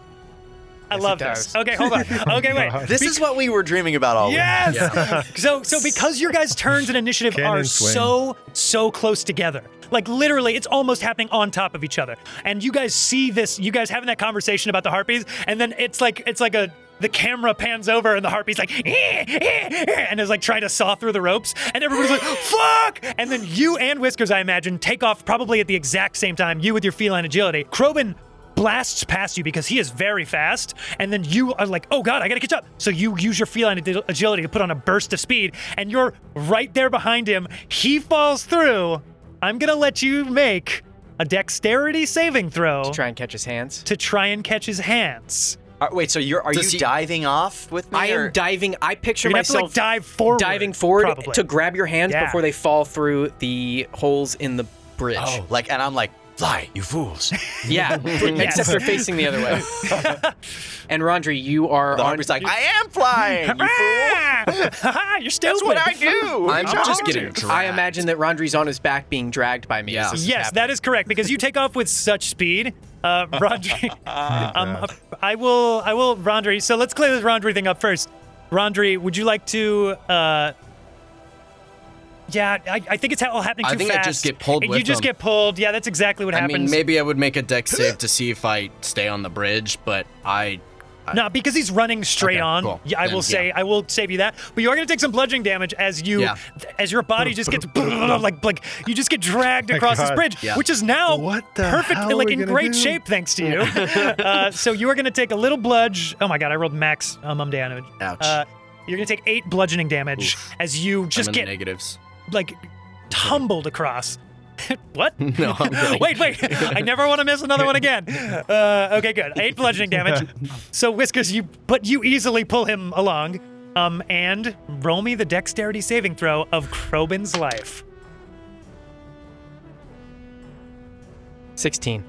I Yes, love he this. does. Uh-huh. Okay, hold on. Okay, wait. This is what we were dreaming about all Yes. week. Yeah. So so because your guys' turns and initiative Cannon are swing. so so close together. Like literally, it's almost happening on top of each other. And you guys see this, you guys having that conversation about the harpies, and then it's like it's like a the camera pans over and the harpy's like "Eh, eh, eh," and is like trying to saw through the ropes and everybody's like fuck and then you and whiskers i imagine take off probably at the exact same time you with your feline agility crobin blasts past you because he is very fast, and then you are like, "Oh God, I gotta catch up!" So you use your feline ag- agility to put on a burst of speed, and you're right there behind him. He falls through. I'm gonna let you make a dexterity saving throw Try and catch his hands. to try and catch his hands. Are- wait, so you're are Does you he- diving off with me? I or- am diving. I picture You're gonna have to myself like dive forward, diving forward probably. to grab your hands Yeah. before they fall through the holes in the bridge. Oh, like, and I'm like, fly, you fools. Yeah, except they're facing the other way. and Rondri, you are The on. Harpy's like, I am flying, you fool. Ah! you're stupid. That's what I do. I'm just hard. getting dragged. I imagine that Rondri's on his back being dragged by me. Yeah. as this is Yes, that happening. is correct because you take off with such speed. Uh, Rondri, um, I will, I will, Rondri. So let's clear this Rondri thing up first. Rondri, would you like to? Uh, yeah, I, I think it's all happening too I think I fast. just get pulled And you with just them. get pulled. Yeah, that's exactly what I mean, happens. maybe I would make a deck save to see if I stay on the bridge, but I. No, because he's running straight Okay, on. cool. Yeah, I Then, will say yeah. I will save you that. But you are going to take some bludgeoning damage as you, Yeah. as your body just gets like like you just get dragged across this God. bridge, Yeah. which is now What the perfect, hell are like we in gonna great do? shape thanks to you. uh, so you are going to take a little bludge. Oh my god, I rolled max um, um damage. Ouch. Uh, you're going to take eight bludgeoning damage as you just I'm in the get negatives. like tumbled across. what? No, I'm good. wait, wait. I never want to miss another one again. Uh, okay, good. Eight bludgeoning damage. So Whiskers, you but you easily pull him along. Um, and roll me the dexterity saving throw of Crobin's life. 16.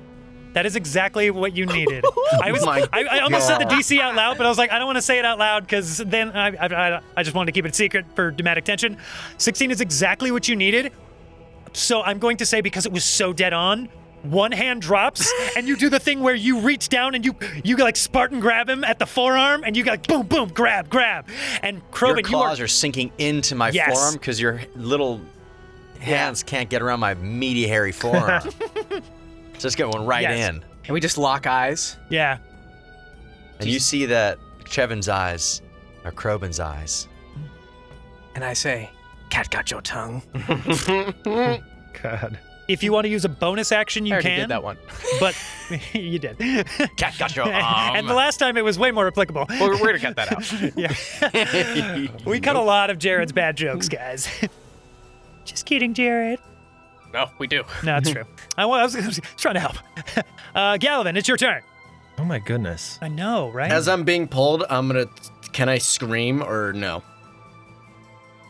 That is exactly what you needed. I was, My I, I almost said the DC out loud, but I was like, I don't want to say it out loud because then I, I, I, I just wanted to keep it secret for dramatic tension. 16 is exactly what you needed. So I'm going to say because it was so dead on, one hand drops and you do the thing where you reach down and you you like Spartan grab him at the forearm and you go like, boom boom grab grab and Crobin Your you are claws are sinking into my Yes. forearm because your little hands can't get around my meaty, hairy forearm. Just get one right Yes. in. And we just lock eyes. yeah And you see that Chevin's eyes are Crobin's eyes. And I say, Cat got your tongue. God, if you want to use a bonus action you I already can did that one. but you did Cat got your and the last time it was way more applicable Well, we're going to cut that out. yeah. we cut a lot of Jared's bad jokes, guys. Just kidding, Jared. No, we do. No, it's true. I wa- I was, I was trying to help. Uh, Gallivan, it's your turn. oh my goodness. I know, right? As I'm being pulled, I'm going to. Can I scream or no?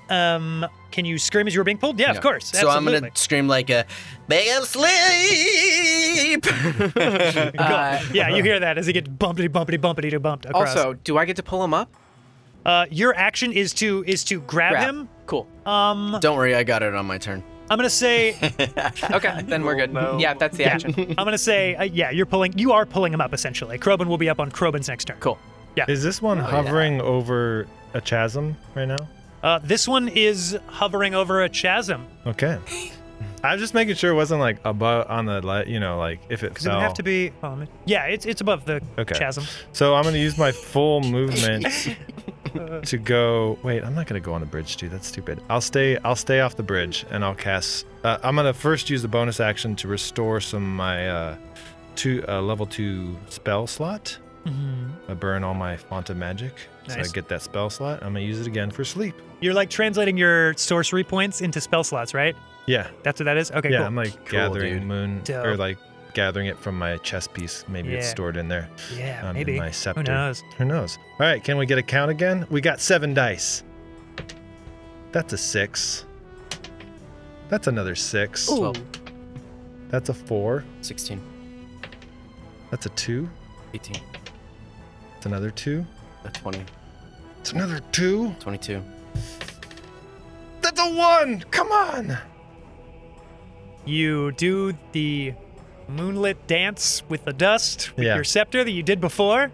um, can you scream as you were being pulled? Yeah, of course. So I'm Absolutely. going to scream like a. Bam sleep! Uh, Yeah, you hear that as he gets bumpity, bumpity, bumpity to bumped across. also, do I get to pull him up? uh, your action is to is to grab, Grab. him. Cool. Oh. Don't worry, I got it on my turn. I'm gonna say, Okay, then we're good. Yeah, that's the yeah, action. I'm gonna say, uh, yeah, you're pulling, you are pulling him up essentially. Crobin will be up on Crobin's next turn. Cool. Is this one hovering over a chasm right now? Uh, this one is hovering over a chasm. Okay. I was just making sure it wasn't like above on the le- you know like if it Because it fell. would have to be. Oh, let me- yeah, it's it's above the Okay. chasm. So I'm gonna use my full movement to go. Wait, I'm not gonna go on the bridge, dude. That's stupid. I'll stay. I'll stay off the bridge, and I'll cast. Uh, I'm gonna first use the bonus action to restore some of my uh, two uh, level two spell slot. I burn all my font of magic, so I Mm-hmm. Nice. get that spell slot. I'm gonna use it again for sleep. You're like translating your sorcery points into spell slots, right? Yeah, That's what that is. Okay, yeah. cool. I'm like gathering dude. moon or Dope. like gathering it from my chest piece. Maybe it's Yeah. stored in there. yeah, um, in maybe. my scepter. Who knows? Who knows? All right, can we get a count again? We got seven dice. That's a six. That's another six. Ooh. That's a four. 16, That's a two. 18, That's another two. a 20, It's another two. 22. That's a one. Come on. You do the moonlit dance with the dust with Yeah. your scepter that you did before,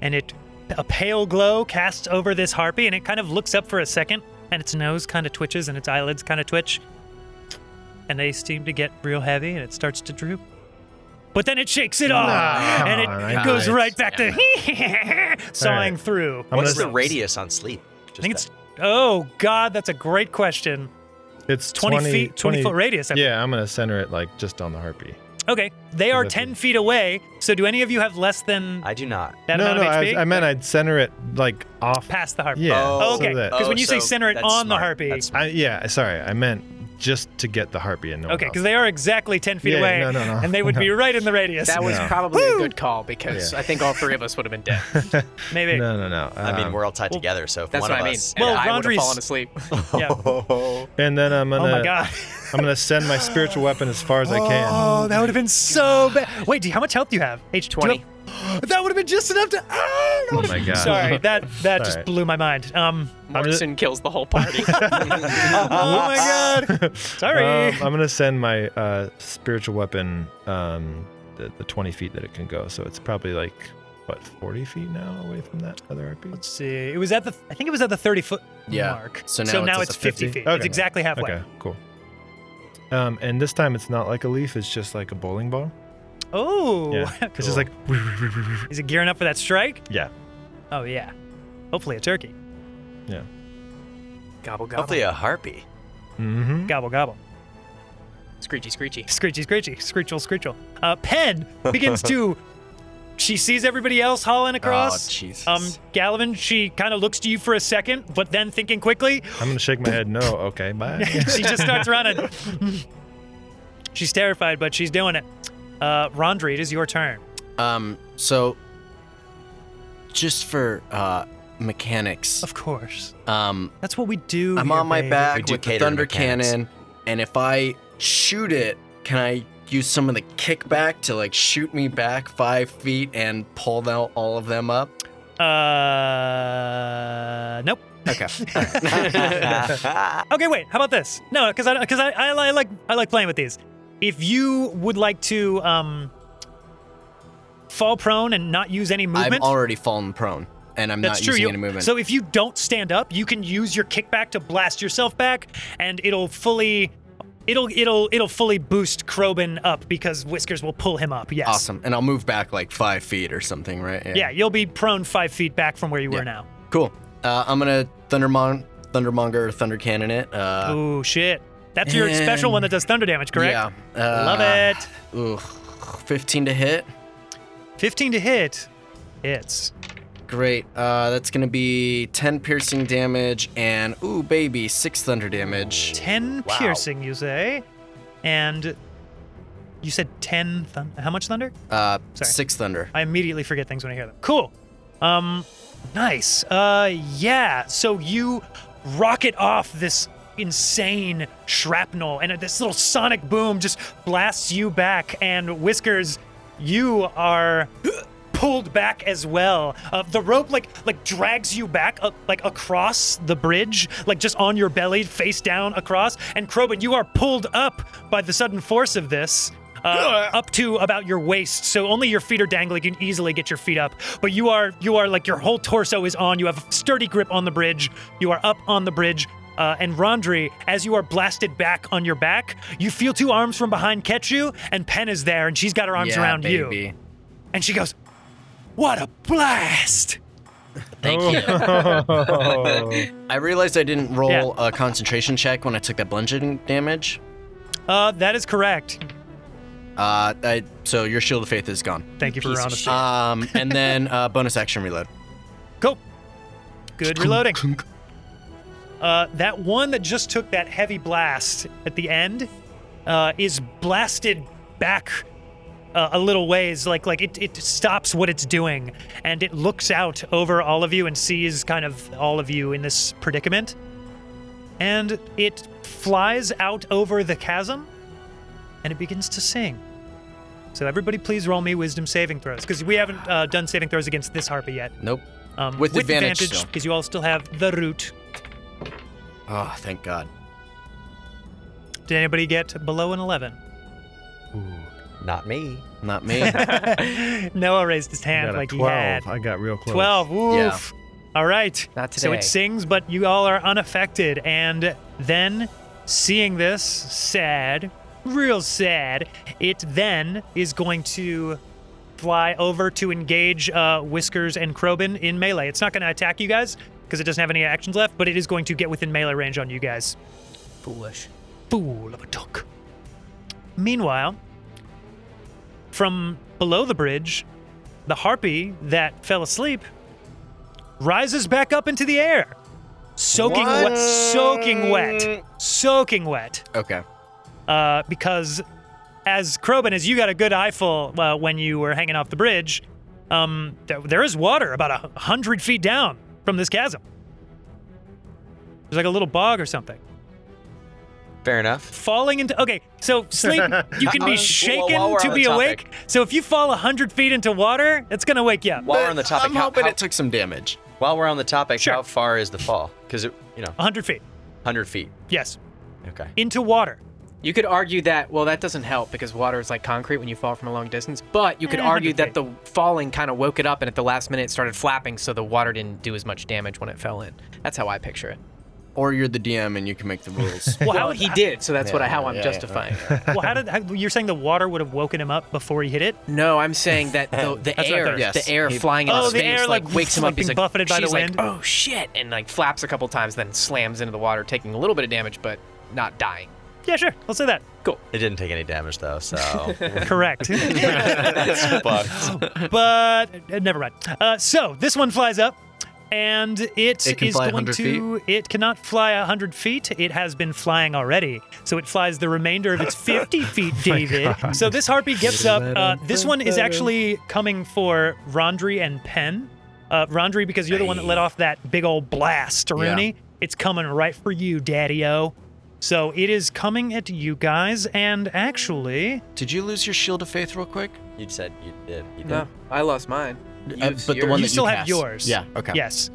and it a pale glow casts over this harpy, and it kind of looks up for a second, and its nose kind of twitches and its eyelids kind of twitch, and they seem to get real heavy, and it starts to droop. But then it shakes it off, Nah, and I it goes know it. right back to sawing Alright. through. I'm What's gonna- the radius on sleep? Just I think it's. Oh God, that's a great question. It's 20 feet- 20 foot radius, I yeah, I'm gonna center it like just on the harpy. Okay, they are That's ten feet away. So do any of you have less than that. I do not. that no, amount no, of I, HP? was- I meant I'd center it like off. past the harpy. Yeah. Oh, okay, so that- because when you say Oh, so center it that's on the smart. harpy, That's I, yeah, sorry, I meant just to get the harpy and no one okay, else. because they are exactly ten feet Yeah, away, no, no, no. and they would be right in the radius. That was Yeah. probably a good call because I think all three of us would have been dead. Maybe. No, no, no. I mean, um, we're all tied together, so if That's one what of I mean. us. And Well, I would have Rondri's- fallen asleep. Yeah. And then I'm Oh gonna. my god. I'm gonna send my spiritual weapon as far as I can. Oh, that would have been so bad. Wait, do you, how much health do you have? H Twenty. That would have been just enough to. Ah, that Oh would've- my god. Sorry, that that just Alright. blew my mind. Um. Morrison kills the whole party. Oh my god. Sorry. Um, I'm gonna send my uh, spiritual weapon um, the, the 20 feet that it can go. So it's probably like what 40 feet now away from that other RP. Let's see. It was at the. I think it was at the thirty foot Yeah. mark. So now it's at the 50 50. feet. Okay. It's exactly halfway. Okay, cool. Um, and this time it's not like a leaf; it's just like a bowling ball. Oh. Yeah, it's just like Is it gearing up for that strike? yeah. Oh yeah. Hopefully a turkey. gobble gobble. Hopefully a harpy. Mm-hmm. Gobble gobble. Screechy screechy. Screechy, screechy, screechel, screechel. Uh, Pen begins to. She sees everybody else hauling across. Oh, Jesus. Um, Gallivan, she kind of looks to you for a second, but then thinking quickly, I'm gonna shake my head. No, okay, bye. she just starts running. she's terrified, but she's doing it. Uh, Rondri, it is your turn. Um, so just for uh, mechanics, Of course. um, That's what we do. I'm here, on my babe. We back do with the cater to thunder mechanics. cannon, and if I shoot it, can I use some of the kickback to like shoot me back five feet and pull out all of them up? Uh, nope. Okay. Okay, wait. How about this? No, because I because I, I, I like I like playing with these. If you would like to um fall prone and not use any I'm movement, already fallen prone, and I'm that's not true. using you- any movement. So if you don't stand up, you can use your kickback to blast yourself back, and it'll fully. It'll it'll it'll fully boost Krobin up because Whiskers will pull him up. Yes. awesome, and I'll move back like five feet or something, right? Yeah, you'll be prone five feet back from where you were now. Cool. Uh, I'm gonna thundermon, thundermonger, thunder cannon it. Uh, oh shit! That's your special and- one that does thunder damage, correct? Yeah. Uh, Love it. Ooh, 15 to hit. 15 to hit. Hits. Great. Uh, that's gonna be 10 piercing damage and ooh baby, six thunder damage. 10 piercing, you say? And you said 10 thun- how much thunder? Uh, Sorry. six thunder. I immediately forget things when I hear them. Cool. Um nice. Uh yeah, so you rocket off this insane shrapnel and this little sonic boom just blasts you back and Whiskers, you are pulled back as well. Uh, the rope like like drags you back up like across the bridge, like just on your belly, face down across. And Krobin, you are pulled up by the sudden force of this. uh, up to about your waist, so only your feet are dangling. You can easily get your feet up, but you are you are like your whole torso is on. You have a sturdy grip on the bridge. You are up on the bridge. Uh, and Rondri, as you are blasted back on your back, you feel two arms from behind catch you, and Pen is there, and she's got her arms yeah, around baby. you. And she goes, What a blast! Thank you. I realized I didn't roll Yeah. a concentration check when I took that bludgeoning damage. Uh, that is correct. Uh, I, so your shield of faith is gone. Thank you for your honesty. Um, and then uh, bonus action reload. Cool. Good reloading. Uh, that one that just took that heavy blast at the end uh, is blasted back uh, a little ways. Like like it, it stops what it's doing and it looks out over all of you and sees kind of all of you in this predicament. And it flies out over the chasm and it begins to sing. So everybody, please roll me wisdom saving throws because we haven't uh, done saving throws against this harpy yet. Nope. Um, With advantage still. because you all still have the root. Oh, thank God. Did anybody get below an 11? Not me. Not me. Noah raised his I got hand a like he 12. had. I got real close. 12. Woof. Yeah. All right. Not So today. it sings, but you all are unaffected. And then, seeing this, sad, real sad, it then is going to fly over to engage uh, Whiskers and Krobin in melee. It's not going to attack you guys because it doesn't have any actions left, but it is going to get within melee range on you guys. Foolish. fool of a duck. Meanwhile, from below the bridge, the harpy that fell asleep rises back up into the air, soaking wet, soaking wet, soaking wet. okay. Uh, because as Krobin, as you got a good eyeful uh, when you were hanging off the bridge, um, th- there is water about a hundred feet down from this chasm. There's like a little bog or something Fair enough. falling into okay so sleep you can be Uh, shaken while we're on to the be awake topic. so if you fall 100 feet into water it's gonna wake you up While we're on the topic, I'm how- hoping how- it took some damage. while we're on the topic, Sure. how far is the fall? Because it, you know, 100 feet 100 feet. yes Okay. into water You could argue that well, that doesn't help because water is like concrete when you fall from a long distance. But you could Eh, argue 100 that the falling kind of woke it up, and at the last minute it started flapping, so the water didn't do as much damage when it fell in. That's how I picture it. Or you're the DM and you can make the rules. well, Well, how, he did, so that's what I, how I'm yeah, yeah, justifying. it. well how did how, you're saying the water would have woken him up before he hit it No, I'm saying that the, the That's what I air, thought. Yes. the air He- flying in Oh, his the face, air, like, like, wakes him up. being He's like, buffeted by the she's wind. like, oh shit, and like flaps a couple times, then slams into the water, taking a little bit of damage, but not dying. yeah sure let's say that It didn't take any damage though, so correct it's fucked. but uh, never mind uh, so this one flies up and it It can is fly going 100 to it cannot fly 100 feet it has been flying already so it flies the remainder of its 50 feet david so this harpy gets up uh, this one is actually coming for rondri and penn uh, rondri because you're the one that let off that big old blast rooney it's coming right for you daddy-o so it is coming at you guys and actually Did you lose your shield of faith real quick? You said you did. You did. No, I lost mine. Uh, Use but the yours. one you that still have cast. yours. Yeah. Okay. Yes.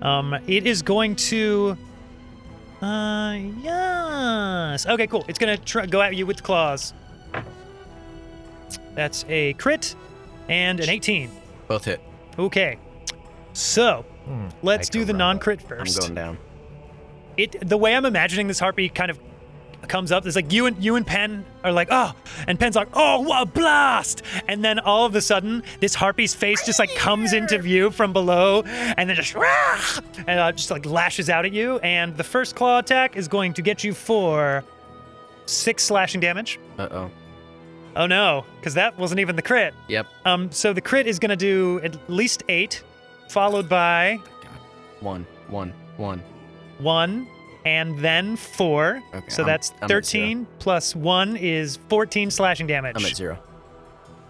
Um, it is going to. Uh, yes. Okay, cool. It's gonna tr- go at you with claws. That's a crit and an 18. Both hit. Okay. So let's do the Micro. non-crit Hmm. I'm 1st going down. it the way I'm imagining this harpy kind of comes up. It's like you and you and Penn are like, oh, and Penn's like, oh, what a blast! And then all of a sudden, this harpy's face just like comes into view from below, and then just "Rah!" and uh, just like lashes out at you. And the first claw attack is going to get you for six slashing damage. Uh oh. Oh no, because that wasn't even the crit. Yep. Um, so the crit is gonna do at least eight, followed by One. One. One. one and then four. Okay, so I'm- that's I'm at 13 plus one is 14 slashing damage. I'm at zero.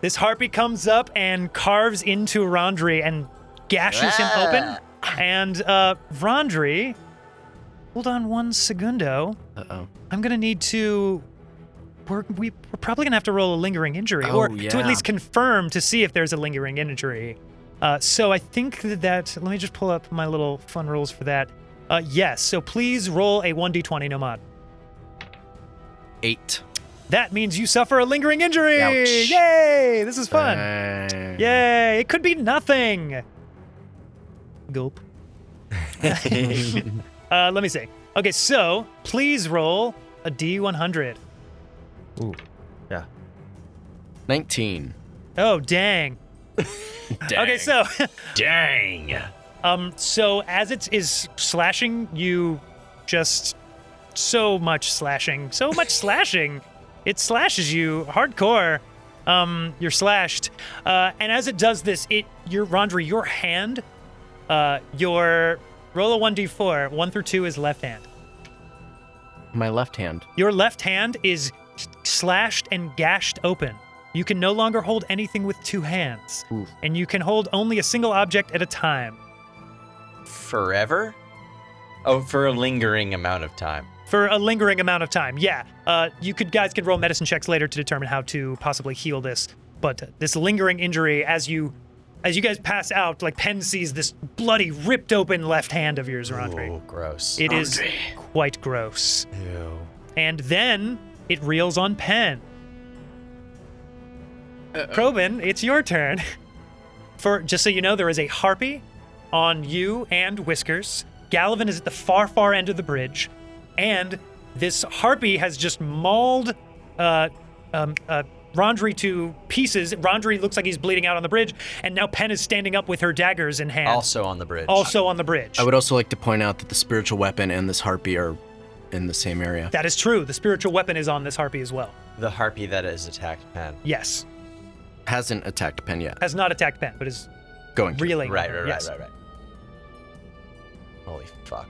This harpy comes up and carves into Rondri and gashes him open. And uh, Rondri, hold on one segundo. Uh oh. I'm gonna need to. We're, we, we're probably gonna have to roll a lingering injury, Oh, or to yeah. at least confirm to see if there's a lingering injury. Uh, so I think that, that let me just pull up my little fun rules for that. Uh, yes, so please roll a 1d20 nomad. Eight. That means you suffer a lingering injury. Ouch. Yay! This is fun. Dang. Yay! It could be nothing. Gulp. uh, let me see. Okay, so please roll a d100. Ooh. Yeah. 19. Oh, dang. Okay, Dang. so dang. Um, so as it is slashing you, just so much slashing, so much slashing, it slashes you hardcore. Um, you're slashed, uh, and as it does this, it your Rondri, your hand, uh, your roll a one d four. One through two is left hand. my left hand. Your left hand is slashed and gashed open. You can no longer hold anything with two hands, Oof. and you can hold only a single object at a time Forever? Oh, for a lingering amount of time. for a lingering amount of time. Yeah, uh, you could guys can roll medicine checks later to determine how to possibly heal this. But this lingering injury, as you as you guys pass out, like Penn sees this bloody, ripped open left hand of yours, Rondre. Oh, gross. It is quite gross. Ew. And then it reels on Penn. Probin, it's your turn. For just so you know, there is a harpy on you and Whiskers. Gallivan is at the far, far end of the bridge, and this harpy has just mauled uh, um, uh, Rondri to pieces. Rondri looks like he's bleeding out on the bridge, and now Penn is standing up with her daggers in hand, Also on the bridge. also on the bridge. I would also like to point out that the spiritual weapon and this harpy are in the same area. that is true. The spiritual weapon is on this harpy as well. The harpy that has attacked Pen. Yes. Hasn't attacked Pen yet. has not attacked Penn, but is Going. to. reeling. Right, right, right, yes. right, right. Holy fuck.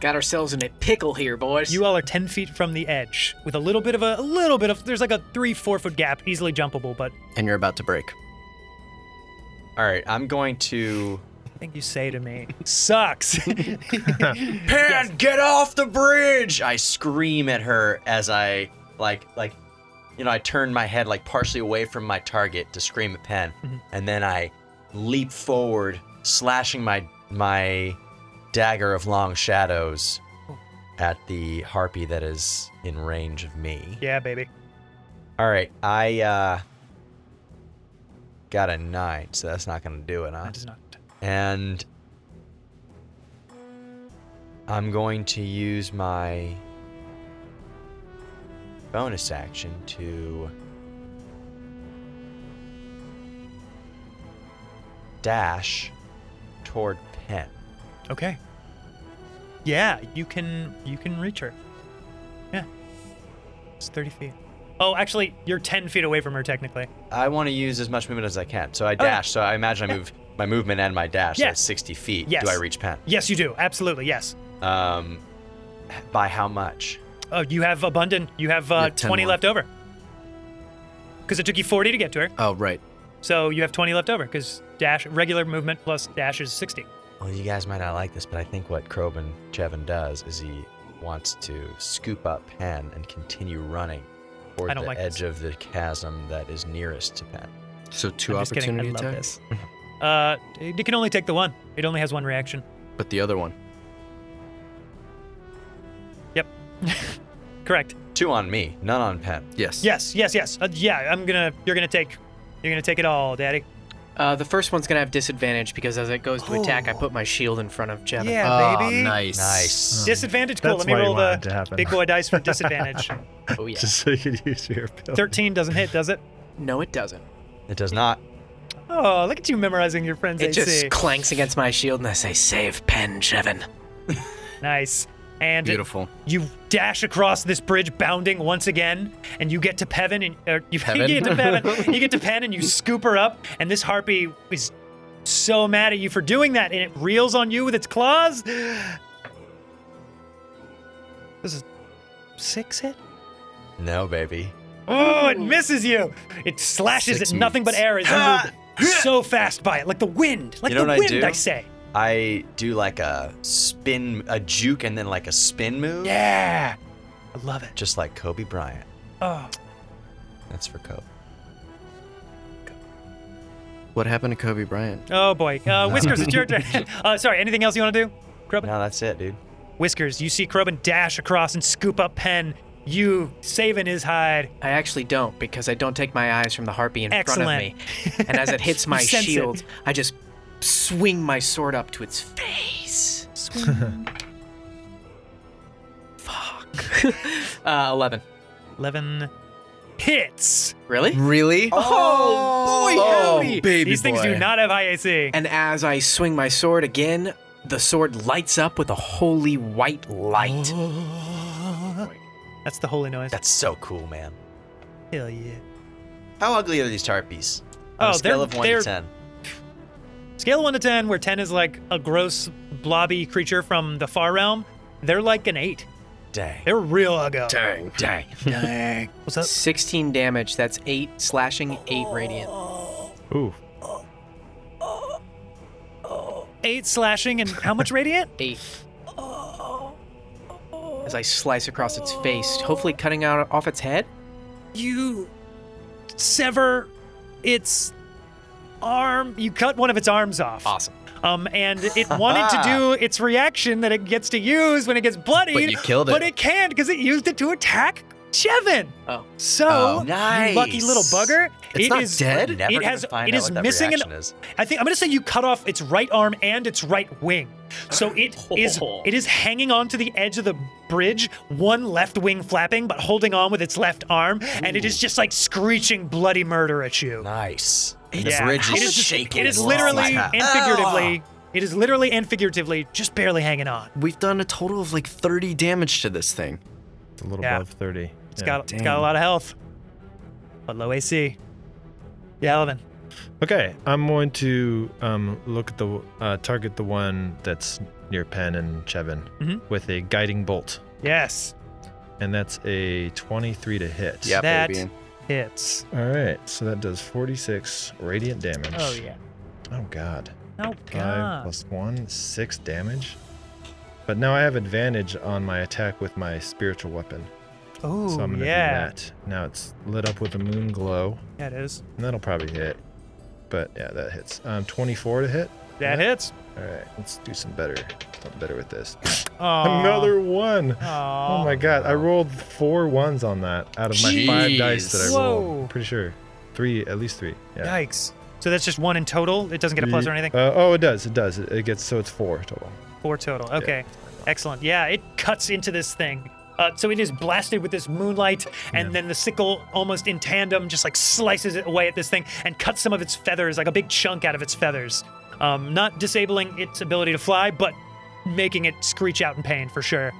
Got ourselves in a pickle here, boys. You all are ten feet from the edge, with a little bit of a, a little bit of. There's like a three, four foot gap, easily jumpable. But And you're about to break. All right, I'm going to. I think you say to me, sucks. Pan, get off the bridge! I scream at her as I like like you know, I turn my head like partially away from my target to scream at Pen, and then I leap forward, slashing my my dagger of long shadows at the harpy that is in range of me. yeah, baby. All right, I uh got a 9, so that's not going to do it, huh? That does not. and I'm going to use my bonus action to dash toward Pen. Okay. Yeah, you can you can reach her. Yeah. It's thirty feet. Oh, actually, you're ten feet away from her technically. I want to use as much movement as I can, so I dash. So I imagine I move my movement and my dash. Yeah. So that's 60 feet. Oh. Yes. Do I reach Pen? Yes, you do. Absolutely, yes. Um, by how much? Oh, you have abundant. You have uh, have 10 twenty more. left over. Because it took you forty to get to her. Oh, right. So you have 20 left over because dash regular movement plus dash is 60. Well, you guys might not like this, but I think what Krobin Jevin does is he wants to scoop up Pen and continue running toward I don't the like edge of the chasm that is nearest to Pen. So 2 I'm just kidding. I opportunity love attacks. this. Uh, it can only take the one. It only has one reaction. But the other one. Yep. Correct. Two on me, none on Pen. Yes. Yes, yes, yes. Uh, yeah, I'm gonna. You're gonna take. You're gonna take it all, Daddy. Uh, the first one's gonna have disadvantage because as it goes to attack, I put my shield in front of Jevin. Oh. Yeah, Oh, nice. Nice. Disadvantage. Cool. That's Let me why you roll want it to the happen. big boy dice for disadvantage. Oh yeah. Just so you could use your ability. 13 doesn't hit, does it? No, it doesn't. It does not. Oh, look at you memorizing your friends' It just AC. clanks against my shield and I say, "Save Pen, Jevin." Nice. And Beautiful. You dash across this bridge, bounding once again, and you get to Pevin, and or you, Pevin? you get to Pevin, you get to Pen, and you scoop her up. And this harpy is so mad at you for doing that, and it reels on you with its claws. This is six hit. No, baby. Oh, it misses you. It slashes Six at nothing but meets. air as you move so fast by it, like the wind, like You know the what I wind. do? I say. I do like a spin, a juke, and then like a spin move. Yeah, I love it. Just like Kobe Bryant. Oh, That's for Kobe. What happened to Kobe Bryant? oh boy. Uh, Whiskers, it's your turn. uh, sorry. Anything else you want to do, Grubbin? No, that's it, dude. Whiskers, you see Krobin dash across and scoop up Penn, you saving his hide. I actually don't because I don't take my eyes from the harpy in front Excellent. of me. And as it hits my sense it. shield, I just swing my sword up to its face. Fuck. uh, 11. 11 hits. Really? Really? Oh, boy, howdy. baby These things do boy. not have high AC. And as I swing my sword again, the sword lights up with a holy white light. That's the holy noise. That's so cool, man. Hell yeah. How ugly are these harpies? Oh, On they're- a scale of one they're- to ten. Scale of 1 to 10, where 10 is like a gross, blobby creature from the far realm, they're like an 8. Dang. They're real ugly. Dang. Dang. 16 damage. That's 8 slashing, 8 radiant. Ooh. 8 slashing and how much radiant? 8. As I slice across its face, hopefully cutting out off its head. You sever its arm. You cut one of its arms off. Awesome. Um, and it wanted to do its reaction that it gets to use when it gets bloodied. But you killed But it. it can't because it used it to attack Chevin. Oh. So, Oh, you lucky little nice. bugger. It's it not is- dead? Never it gonna has. find it out is what that missing an. reaction is. I think I'm gonna say you cut off its right arm and its right wing. So it is. It is hanging on to the edge of the bridge, one left wing flapping, but holding on with its left arm, and it is just like screeching bloody murder at you. Nice. And Yeah. the bridge It is is- shaking. Ah. It is Wow. literally Wow. and figuratively. It is literally and figuratively just barely hanging on. We've done a total of like 30 damage to this thing. It's a little Yeah. above 30. It's got it's got a lot of health, but low AC. Yeah, Elvin. Okay, I'm going to um, look at the uh, target the one that's near Penn and Chevin Mhm. with a guiding bolt, Yes, and that's a 23 to hit. Yeah, That- baby. hits. All right, so that does 46 radiant damage. Oh yeah. Oh God. Oh Five god. plus one, six damage. But now I have advantage on my attack with my spiritual weapon, Oh so I'm gonna yeah. do that. Now it's lit up with a moon glow, That is. and that'll probably hit. But yeah, that hits. Um, 24 to hit. That hits. All right, let's do some better, something better with this. Aw. Another one. Aw. Oh my god, I rolled four ones on that out of my five dice that I Jeez. Whoa. rolled. Pretty sure. Three, at least three. Yeah. Yikes. So that's just one in total. It doesn't get a plus or anything. Uh, oh, it does. It does. It, it gets so it's four total. Four total. Okay. Excellent. Yeah, it cuts into this thing. Uh, so it is blasted with this moonlight, and then the sickle, almost in tandem, just like slices it away at this thing and cuts some of its feathers, like a big chunk out of its feathers. Um, not disabling its ability to fly, but making it screech out in pain for sure.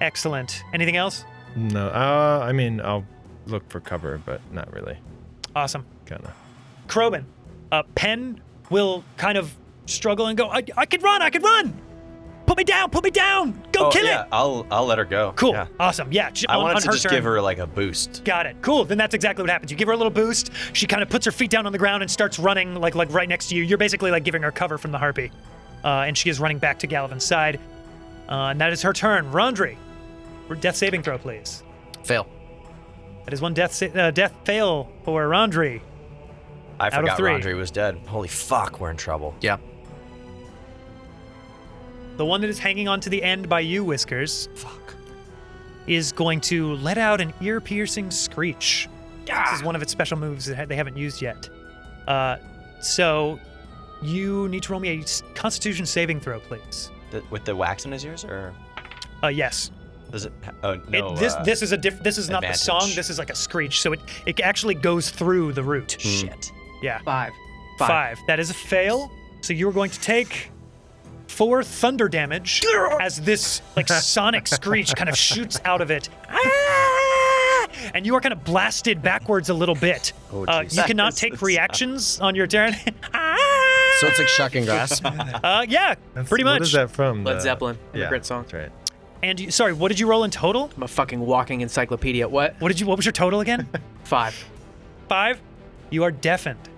Excellent. Anything else? No, uh, I mean, I'll look for cover, but not really. Awesome. Kind of. Krobin, uh, Penn will kind of struggle and go, I, I can run, I can run! Put me down, put me down! Go Oh, kill yeah, it! I'll I'll let her go. Cool, Yeah. awesome, yeah. j- I on- wanted on to just turn. give her like a boost. Got it. Cool. Then that's exactly what happens. You give her a little boost. She kind of puts her feet down on the ground and starts running, like like right next to you. You're basically like giving her cover from the harpy, uh, and she is running back to Gallivan's side. Uh, and that is her turn. Rondri, death saving throw, please. Fail. That is one death sa- uh, death fail for Rondri. I of forgot three. Rondre was dead. Holy fuck, we're in trouble. Yeah. The one that is hanging on to the end by you, Whiskers. Fuck. Is going to let out an ear piercing screech. This is one of its special moves that they haven't used yet. Uh, so you need to roll me a s- Constitution saving throw, please. Th- with the wax in his ears, or Uh, yes. does it? Oh It- no. this uh, this is a diff- this is not advantage. the song. This is like a screech. So it it actually goes through the root. Shit. Yeah. Five. Five. That is a fail. So you are going to take four thunder damage as this like sonic screech kind of shoots out of it. Ah! And you are kind of blasted backwards a little bit. uh, you That cannot is take so reactions on your turn. Ah! So it's like shocking grasp. uh, yeah, pretty much. What is that from? Led The- Zeppelin, Yeah, immigrant song. That's right. And you, sorry, what did you roll in total? I'm a fucking walking encyclopedia. What? What did you? What was your total again? Five. Five. You are deafened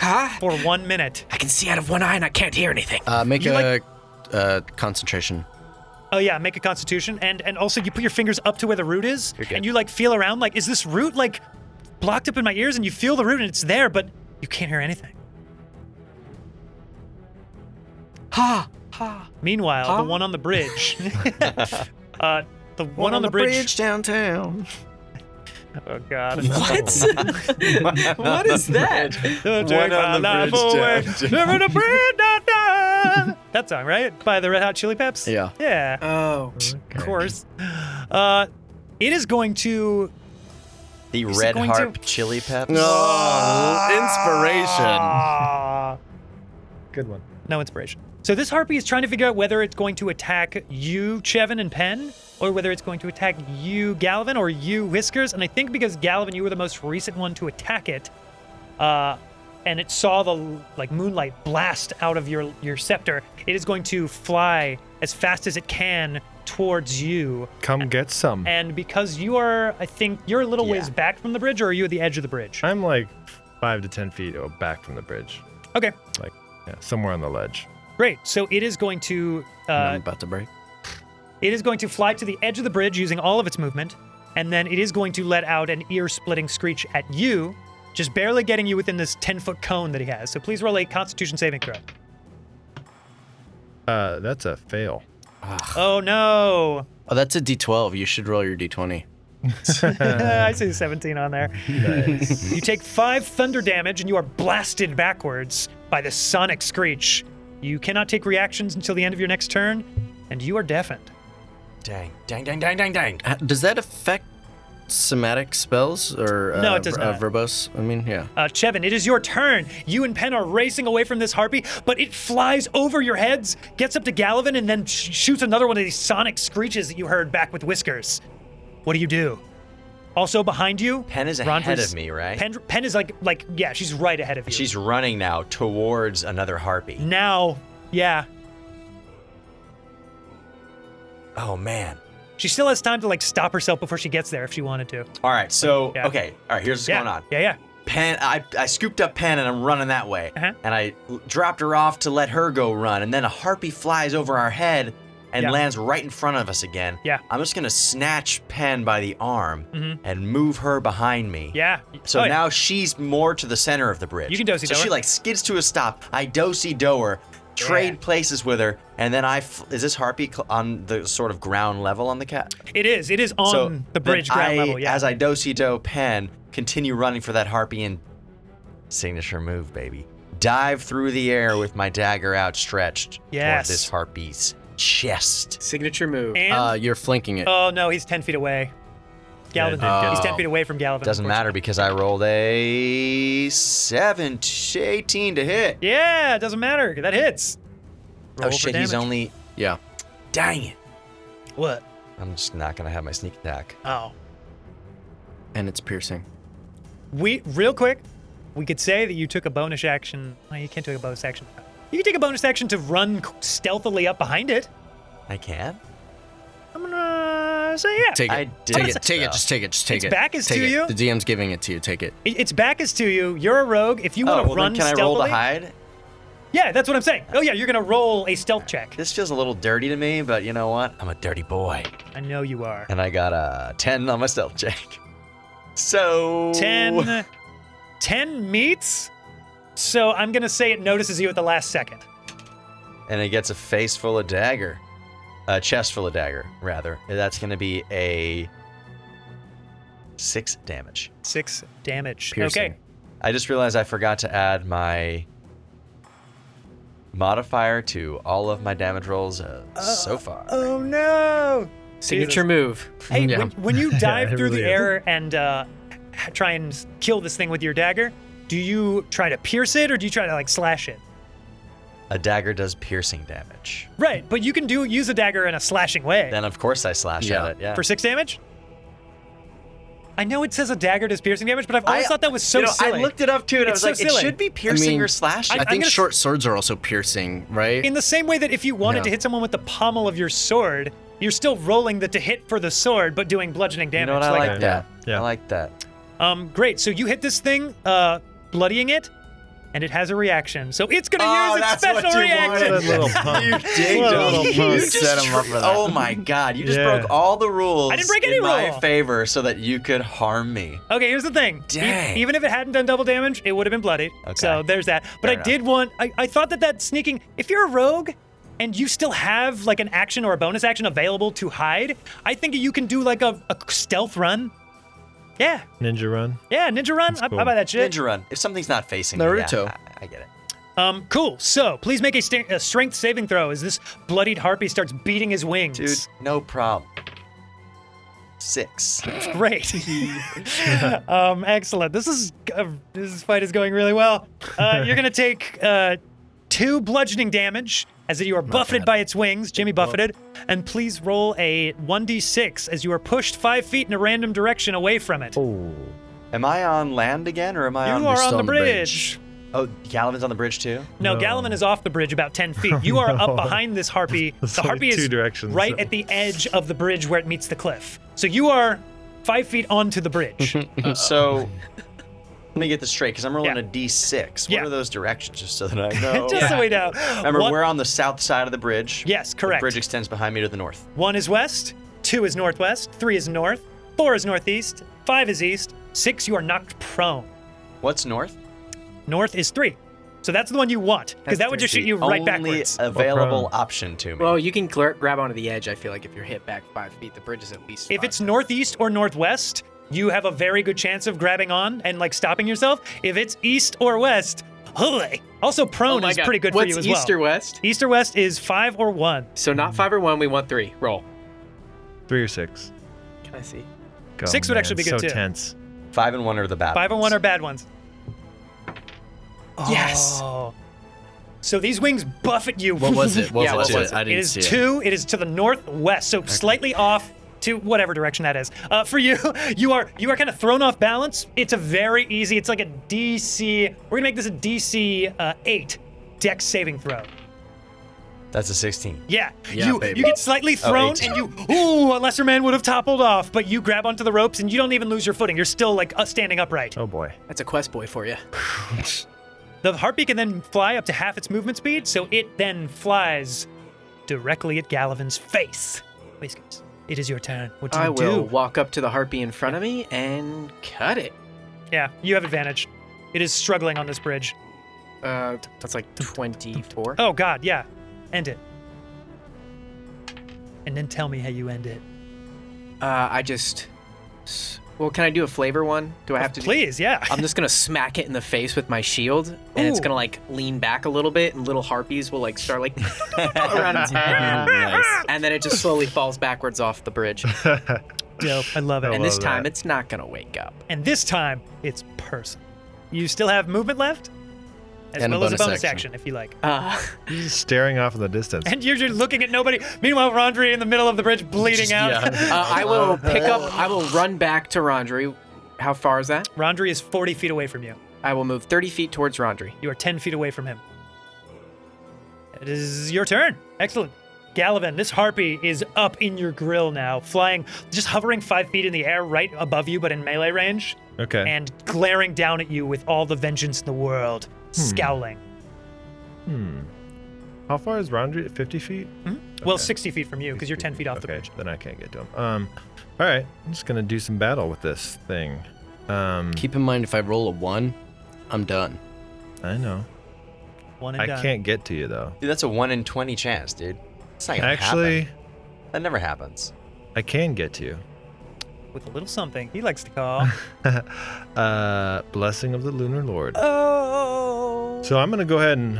Huh? for one minute. I can see out of one eye and I can't hear anything. Uh, make You a like- uh, concentration. Oh yeah, make a constitution, and and also you put your fingers up to where the root is, and you like feel around, like is this root like blocked up in my ears? And you feel the root, and it's there, but you can't hear anything. Ha! Ha! Meanwhile, the one on the bridge, uh, the one on the bridge. downtown. Oh God. What? what is that? Don't take my on the life bridge away. downtown. Never the bridge downtown. That song, right? By the Red Hot Chili Peps. Yeah. Yeah. Oh, Of course. Uh, it is going to. The Is it Red going Harp to- Chili Peps. Oh, inspiration. Ah. Good one. No inspiration. So this harpy is trying to figure out whether it's going to attack you, Chevin and Penn, or whether it's going to attack you, Gallivan, or you, Whiskers. And I think because Gallivan, you were the most recent one to attack it, uh, and it saw the like moonlight blast out of your your scepter, it is going to fly as fast as it can towards you. Come get some. And because you are, I think you're a little ways back from the bridge, or are you at the edge of the bridge? I'm like five to ten feet oh, back from the bridge, Okay, like yeah, somewhere on the ledge. great. So it is going to uh, I'm about to break. It is going to fly to the edge of the bridge using all of its movement, and then it is going to let out an ear splitting screech at you, just barely getting you within this 10 foot cone that he has. So please roll a constitution saving throw. Uh, that's a fail. Oh no! Oh, that's a D12. You should roll your D20. I see 17 on there. you take five thunder damage and you are blasted backwards by the sonic screech. You cannot take reactions until the end of your next turn, and you are deafened. Dang, dang, dang, dang, dang, dang. Uh, Does that affect somatic spells or uh, No, it does ver- uh, not. verbose? I mean, yeah. Uh, Chevin, it is your turn. You and Penn are racing away from this harpy, but it flies over your heads, gets up to Gallivan, and then sh- shoots another one of these sonic screeches that you heard back with Whiskers. What do you do? Also behind you, Penn is Rondra's- ahead of me, right? Penn, Penn is like, like, yeah, she's right ahead of you. She's running now towards another harpy. now, yeah, Oh man. she still has time to like stop herself before she gets there if she wanted to. All right, so Yeah. okay, all right. Here's what's yeah, going on. yeah, yeah. Pen, I, I scooped up Pen and I'm running that way, Uh-huh. and I l- dropped her off to let her go run, and then a harpy flies over our head and Yeah. lands right in front of us again. Yeah. Mm-hmm. I'm just gonna snatch Pen by the arm and move her behind me. Yeah. So Oh, yeah. now she's more to the center of the bridge. You can do-si-do So her. she like skids to a stop. I dosey do her, trade places with her, and then I f- is this harpy cl- on the sort of ground level on the cat? it is. It is on so the bridge then ground I, level. Yeah. As I do do pen, continue running for that harpy and signature move, baby. Dive through the air with my dagger outstretched Yes. toward this harpy's chest. signature move. and Uh, you're flanking it. oh no, he's ten feet away. Gallivan, Yeah, he's ten feet away from Gallivan. Doesn't unfortunately. matter because I rolled a 7 t- 18 to hit. Yeah, it doesn't matter. That hits. oh shit, he's only yeah. dang it. what? I'm just not gonna have my sneak attack. Oh, And it's piercing. we real quick. We could say that you took a bonus action. Well, you can't take a bonus action. You can take a bonus action to run stealthily up behind it. I can. I'm gonna uh, say yeah. Take it. I did take it. Take it. stuff. Just take it. Just take Its it. back is Take to it. you? The DM's giving it to you. Take it. It- its back is to you. You're a rogue. If you want oh, to well, run then can I stealthily, roll to hide? yeah, that's what I'm saying. Oh yeah, you're gonna roll a stealth check. This feels a little dirty to me, but you know what? I'm a dirty boy. I know you are. and I got a 10 on my stealth check. So Oh. 10 10 meets. So I'm gonna say it notices you at the last second. and it gets a face full of dagger. A chest full of dagger, rather. That's going to be a 6 damage. Six damage. Piercing. Okay. I just realized I forgot to add my modifier to all of my damage rolls uh, so far. Oh no! signature move. Hey, Yeah. when, when you dive it through the really is. air and uh, h- try and s- kill this thing with your dagger, do you try to pierce it or do you try to like slash it? A dagger does piercing damage. Right, but you can do use a dagger in a slashing way Then uh, of course I slash Yeah. at it. Yeah. for six damage. I know it says a dagger does piercing damage, but I've I- always thought that was so you know, silly. I looked it up too, and It's so I was like, silly. it should be I piercing mean, or slashing. I, I'm think gonna- short swords are also piercing, right? in the same way that if you wanted Yeah. to hit someone with the pommel of your sword, you're still rolling the to hit for the sword, but doing bludgeoning you damage. know what? I like like that. that. Yeah. I like that. Um, great. So you hit this thing, uh, bloodying it, and it has a reaction. So it's gonna Oh, use its that's what special you wanted. reaction. That little You punk. did, Little Donald. punk. You just Set him up tr- for that. Oh my god, you just Yeah. broke all the rules I didn't break any in my rule. favor so that you could harm me. Okay, here's the thing. E- Dang. even if it hadn't done double damage, it would have been bloodied. Okay. So there's that. But Fair I enough. did want. I, I thought that that sneaking. If you're a rogue, and you still have like an action or a bonus action available to hide, I think you can do like a, a stealth run. Yeah, Ninja run. yeah, ninja run. I, I buy that shit. Ninja run. If something's not facing me, yeah, Naruto. I, I get it. Um, cool. So please make a, sta a strength saving throw as this bloodied harpy starts beating his wings. Dude, no problem. Six. Great. um, excellent. This is uh, this fight is going really well. Uh, you're gonna take uh, two bludgeoning damage as you are buffeted by its wings. Jimmy buffeted, and please roll a 1d6 as you are pushed five feet in a random direction away from it. Am I on land again, or am I on? you are still on the on the bridge. bridge. Oh, Gallivan's on the bridge too. No, Galliman is off the bridge about 10 feet. You are up behind this harpy. the only harpy two is directions. right at the edge of the bridge where it meets the cliff. So you are five feet onto the bridge. So let me get this straight, because I'm rolling Yeah. a D6. What Yeah. are those directions, just so that I know? Just so we know. Oh. Remember, one, we're on the south side of the bridge. Yes, correct. The bridge extends behind me to the north. one is west, two is northwest, three is north, four is northeast, five is east, six, you are knocked prone. What's north? North is three. So that's the one you want, because that would just shoot you right Only backwards. available option to me. Well, Oh, you can gl- grab onto the edge. I feel like if you're hit back five feet, the bridge is at least. If five it's feet. northeast or northwest, you have a very good chance of grabbing on and like stopping yourself. If it's east or west, holy. Also, prone Oh my is God. pretty good What's for you as east or well. west? East or west is five or one. So not five or one. We want three. Roll. Three or six. Can I see? Go, Six would man, actually be good, too. so tense. Five and one are the bad. Five or ones. one are bad ones. Yes. Oh. So these wings buffet you. What was it? What Yeah, was what it? was it? I It didn't is see it. two. It is to the northwest, so slightly off to whatever direction that is. Uh, for you, you are you are kind of thrown off balance. It's a very easy. It's like a DC. We're gonna make this a DC uh, eight, Dex saving throw. That's a 16. Yeah, Yeah, you baby. you get slightly Oh, thrown, 18. and you ooh, a lesser man would have toppled off, but you grab onto the ropes, and you don't even lose your footing. You're still like uh, standing upright. Oh boy. That's a quest boy for you. The harpy can then fly up to half its movement speed, so it then flies directly at Gallivan's face. Whiskers, it is your turn. What do you I do? will walk up to the harpy in front of me and cut it. Yeah, you have advantage. It is struggling on this bridge. Uh, that's like 24. Oh god, yeah. End it. And then tell me how you end it. Uh, I just. s- Well, can I do a flavor one? Do I have to? do- Please, yeah. I'm just gonna smack it in the face with my shield, and it's Ooh. gonna like lean back a little bit, and little harpies will like start like around its head, nice. and then it just slowly falls backwards off the bridge. Dope. I love it. And And, this that. time, it's not gonna wake up. uh, and this time, it's person. You still have movement left? As And a well as a bonus bonus action. action. if you like. Uh, He's just staring off in the distance. And you're just looking at nobody. Meanwhile, Rondri in the middle of the bridge bleeding out. uh, I will pick up. I will run back to Rondri. How far is that? Rondri is 40 feet away from you. I will move 30 feet towards Rondri. You are 10 feet away from him. It is your turn. Excellent. Gallivan, this harpy is up in your grill now, flying, just hovering five feet in the air right above you, but in melee range, okay. and glaring down at you with all the vengeance in the world, Hmm. scowling. How far is Rondri? Fifty feet. Well, 60 feet from you, because you're 10 feet off the okay, bridge. then I can't get to him. Um, all right, I'm just gonna do some battle with this thing. Um, Keep in mind, if I roll a one, I'm done. I know. One and uh, I done. can't get to you though. Dude, that's a 1 in 20 chance, dude. It's not gonna Actually, happen. That never happens. I can get to you. With a little something he likes to call. Uh, blessing of the lunar lord. oh. So I'm gonna go ahead and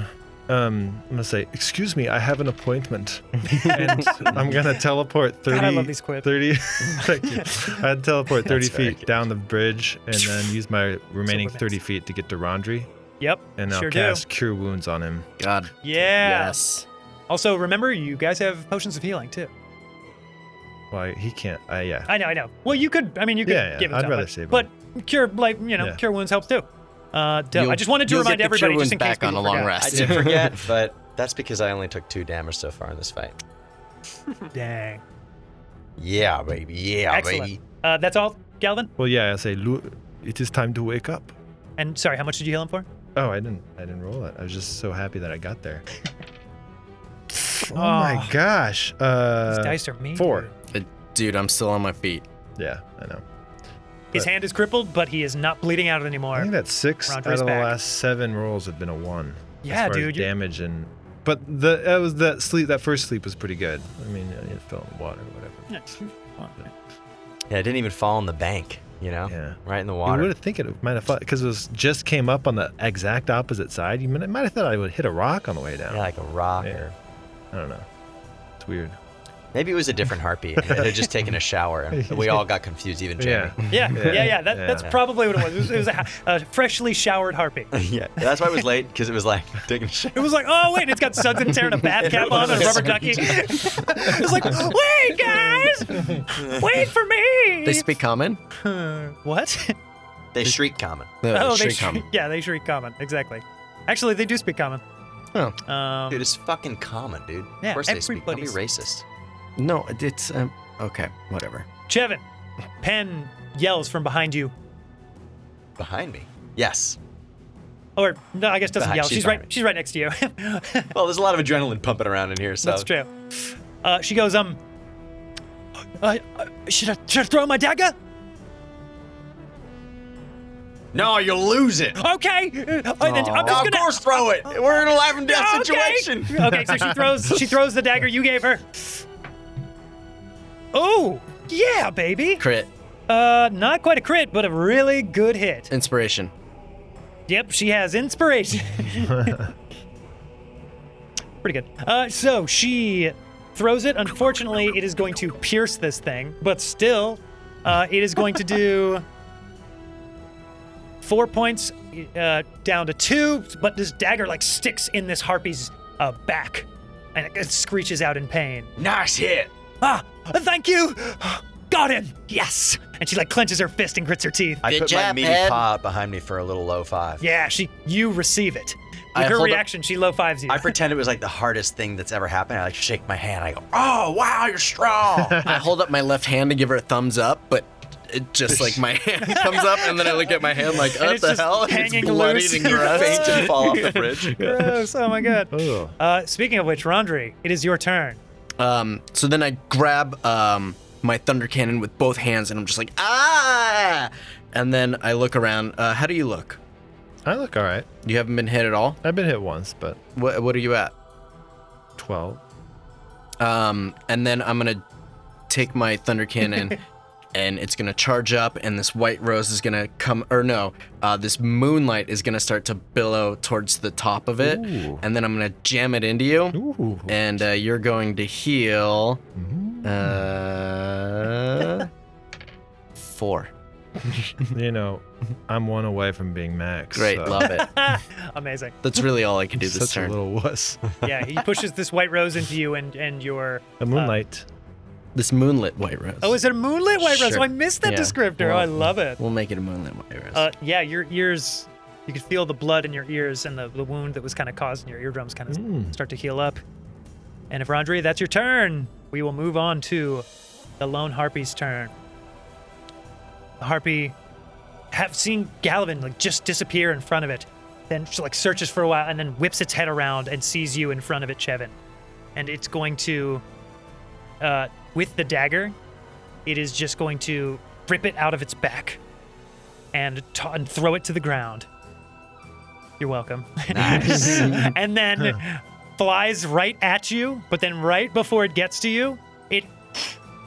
um, I'm gonna say, excuse me, I have an appointment, and I'm gonna teleport 30. God, I love these quips. 30. thank you. I'd teleport 30 feet down the bridge, and then use my remaining 30 feet to get to Rondri, Yep. and I'll sure cast Cure Wounds on him. God. do. Yeah. Yes. Also, remember, you guys have potions of healing, too. Why he can't? Uh, yeah. I know, I know. Well, you could. I mean, you could Yeah, yeah, give it. I'd some, rather but, save it. But cure, like you know, Yeah. cure wounds helps too. Uh, dope. I You'll- just wanted to you'll remind get the cure everybody wounds just in case back on people a long forgot. I rest. did forget, but that's because I only took two damage so far in this fight. Dang. Yeah, baby. Yeah, Excellent. baby. Uh, that's all, Galvin. Well, yeah. I say, "Lu- it is time to wake up. And sorry, how much did you heal him for? Oh, I didn't. I didn't roll it. I was just so happy that I got there. oh, my gosh. Uh, Ah. These dice are mean. four. dude. Uh, Dude, I'm still on my feet. Yeah, I know. His hand is crippled, but he is not bleeding out I anymore. think that six Round out race of the back. last seven rolls have been a one. as Yeah, far as dude, you're- damage and But the that was that sleep. That first sleep was pretty good. I mean, it fell in the water or whatever. Yeah, it didn't even fall in the bank, you know? Yeah. Right in the You water. would have think it might have thought because it was just came up on the exact opposite side. You might might have thought I would hit a rock on the way down. Yeah, like a rock. Or... I don't know. It's weird. Maybe it was a different heartbeat. It had just taken a shower, and we all got confused, even Jamie. Yeah. Yeah, yeah, yeah. That, Yeah. That's probably what it was. It was, it was a, ha- a freshly showered harpy. Yeah. That's why it was late, because it was like taking a shower. It was like, oh wait, it's got suds and tear and a bath cap on and a rubber ducky. it's like, wait, guys, wait for me. They speak common. what? They shriek common. No, oh, shriek they shriek. common. Yeah, they shriek common. Exactly. Actually, they do speak common. Oh. Um, Dude, it's fucking common, dude. Yeah, of course they speak. Don't be everybody racist. No, it's um, okay. Whatever. Chevin, Penn yells from behind you, Behind me. Yes. or no, I guess doesn't Behind- yell. she's She's right. behind me. She's right next to you. Well, there's a lot of adrenaline pumping around in here, so. That's true. Uh, she goes, um, uh, uh, should I should I throw my dagger? No, you'll lose it. Okay. Uh, I- I'm just No, gonna. of course, throw it. We're in a life and death Okay. situation. Okay, so she throws she throws the dagger you gave her. Oh, yeah, baby. Crit Uh not quite a crit, but a really good hit. inspiration. Yep, she has inspiration. Pretty good. Uh so she throws it. Unfortunately, it is going to pierce this thing, but still uh it is going to do 4 points uh, down to 2, but this dagger like sticks in this harpy's uh, back and it, it screeches out in pain. Nice hit. Ah, thank you. Got him. Yes. And she like clenches her fist and grits her teeth. I Good put my job, meaty Ed. paw behind me for a little low five. Yeah, she. You receive it. With I her hold up- reaction, she low fives you. I pretend it was like the hardest thing that's ever happened. I like shake my hand. I go, "Oh wow, you're strong." I hold up my left hand and give her a thumbs up, but it just like my hand comes up, and then I look at my hand like, And what it's the just hell? And hanging it's bloodied loose. and You gross. faint and fall off the bridge. Gross. Oh my god. Oh. Uh, speaking of which, Rondri, it is your turn. Um, so then I grab um, my thunder cannon with both hands, and I'm just like, ah! And then I look around. Uh, how do you look? I look all right. You haven't been hit at all. I've been hit once, but What What are you at? twelve. Um, and then I'm gonna take my thunder cannon, and it's gonna charge up, and this white rose is gonna come, or no, uh, this moonlight is gonna start to billow towards the top of it, Ooh. and then I'm gonna jam it into you, Ooh. Mm-hmm. and uh, you're going to heal. Uh, four. You know, I'm one away from being max. Great, so. love it. Amazing. That's really all I can do Such this a turn. little wuss. Yeah, he pushes this white rose into you and and your. The moonlight. This moonlit white rose. Oh, is it a moonlit white rose? Sure. Oh, I missed that Yeah. descriptor. oh, I love it. We'll make it a moonlit white rose. Uh, yeah, your ears. You can feel the blood in your ears and the, the wound that was kind of caused in your eardrums kind of start to heal up. And if Rondri, that's your turn, we will move on to the lone harpy's turn. The harpy have seen Gallivan like just disappear in front of it. Then she like searches for a while and then whips its head around and sees you in front of it, Chevin. And it's going to, uh, with the dagger, it is just going to rip it out of its back and, t- and throw it to the ground. You're welcome. and then flies right at you, but then right before it gets to you, it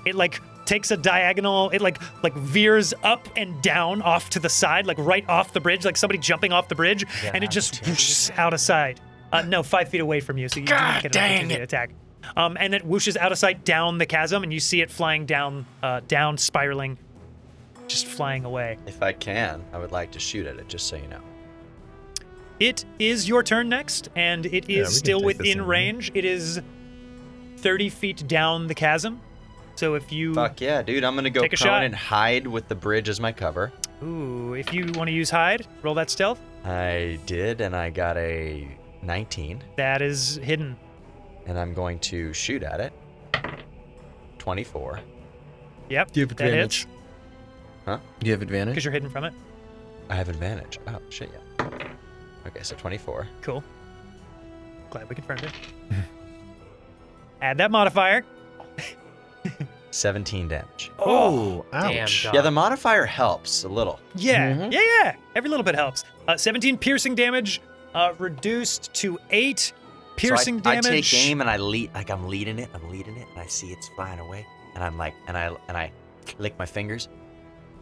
it like takes a diagonal, it like like veers up and down off to the side, like right off the bridge, like somebody jumping off the bridge, and it just whooshes out of sight. Uh, no, five feet away from you, so you do not get an opportunity to attack. Um, and it whooshes out of sight down the chasm, and you see it flying down, uh, down, spiraling, just flying away. If I can, I would like to shoot at it, just so you know. It is your turn next, and it we is can still take this within in. range. It is 30 feet down the chasm. So if you Fuck yeah, dude! I'm gonna go Take a prone shot. and hide with the bridge as my cover. ooh, if you want to use hide, roll that stealth. I did, and I got a 19, That is hidden. and I'm going to shoot at it. 24. Yep. you have that advantage. Huh? Do you have advantage? because you're hidden from it. I have advantage. Oh shit, yeah. Okay, so 24. Cool. Glad we confirmed it. Add that modifier. 17 damage. Oh, Damn, ouch. Dom. Yeah, the modifier helps a little. Yeah, Mm-hmm. yeah, yeah. Every little bit helps. Uh, 17 piercing damage, uh, reduced to 8 Piercing so I, damage. I take aim and I lead, like I'm leading it. I'm leading it, and I see it's flying away, and I'm like, and I and I lick my fingers,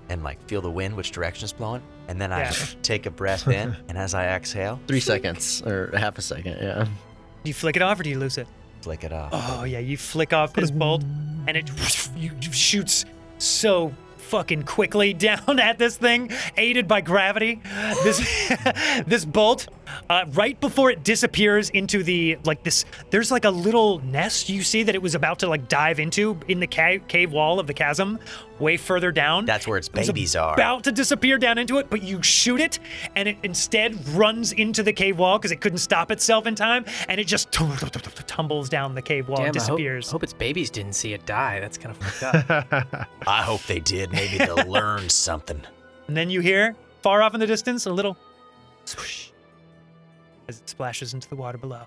and like feel the wind, which direction it's blowing, and then I Yeah. take a breath in, and as I exhale, Three seconds or half a second. Yeah. Do you flick it off or do you lose it? flick it off. Oh yeah, you flick off this bolt, and it you you shoots so fucking quickly down at this thing, aided by gravity. This this bolt, uh, right before it disappears into the like this, there's like a little nest you see that it was about to like dive into in the ca- cave wall of the chasm, way further down. That's where its It was babies are. About to disappear down into it, but you shoot it, and it instead runs into the cave wall because it couldn't stop itself in time, and it just tum- tum- tum- tum- tumbles down the cave wall Damn, and disappears. I hope, hope its babies didn't see it die. That's kind of fucked up. I hope they did. Maybe they'll learn something. And then you hear, far off in the distance, a little swoosh as it splashes into the water below.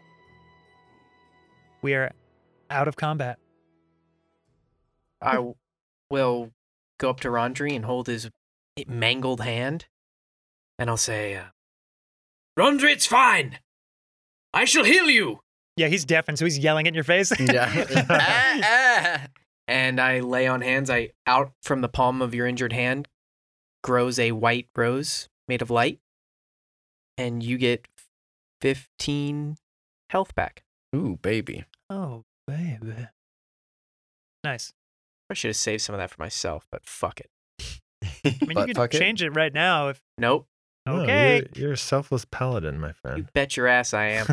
We are out of combat. I w- will go up to Rondry and hold his mangled hand, and I'll say, uh, "Rondry, it's fine. I shall heal you." Yeah, he's deafened, so he's yelling in your face. Yeah. And I lay on hands. I out from the palm of your injured hand grows a white rose made of light, and you get fifteen health back. Ooh, baby. oh, babe. Nice. I should have saved some of that for myself, but fuck it. I mean, But you can fuck it. change it. right now if. Nope. No, you're- Okay. you're, a selfless paladin, my You friend. bet your ass I am.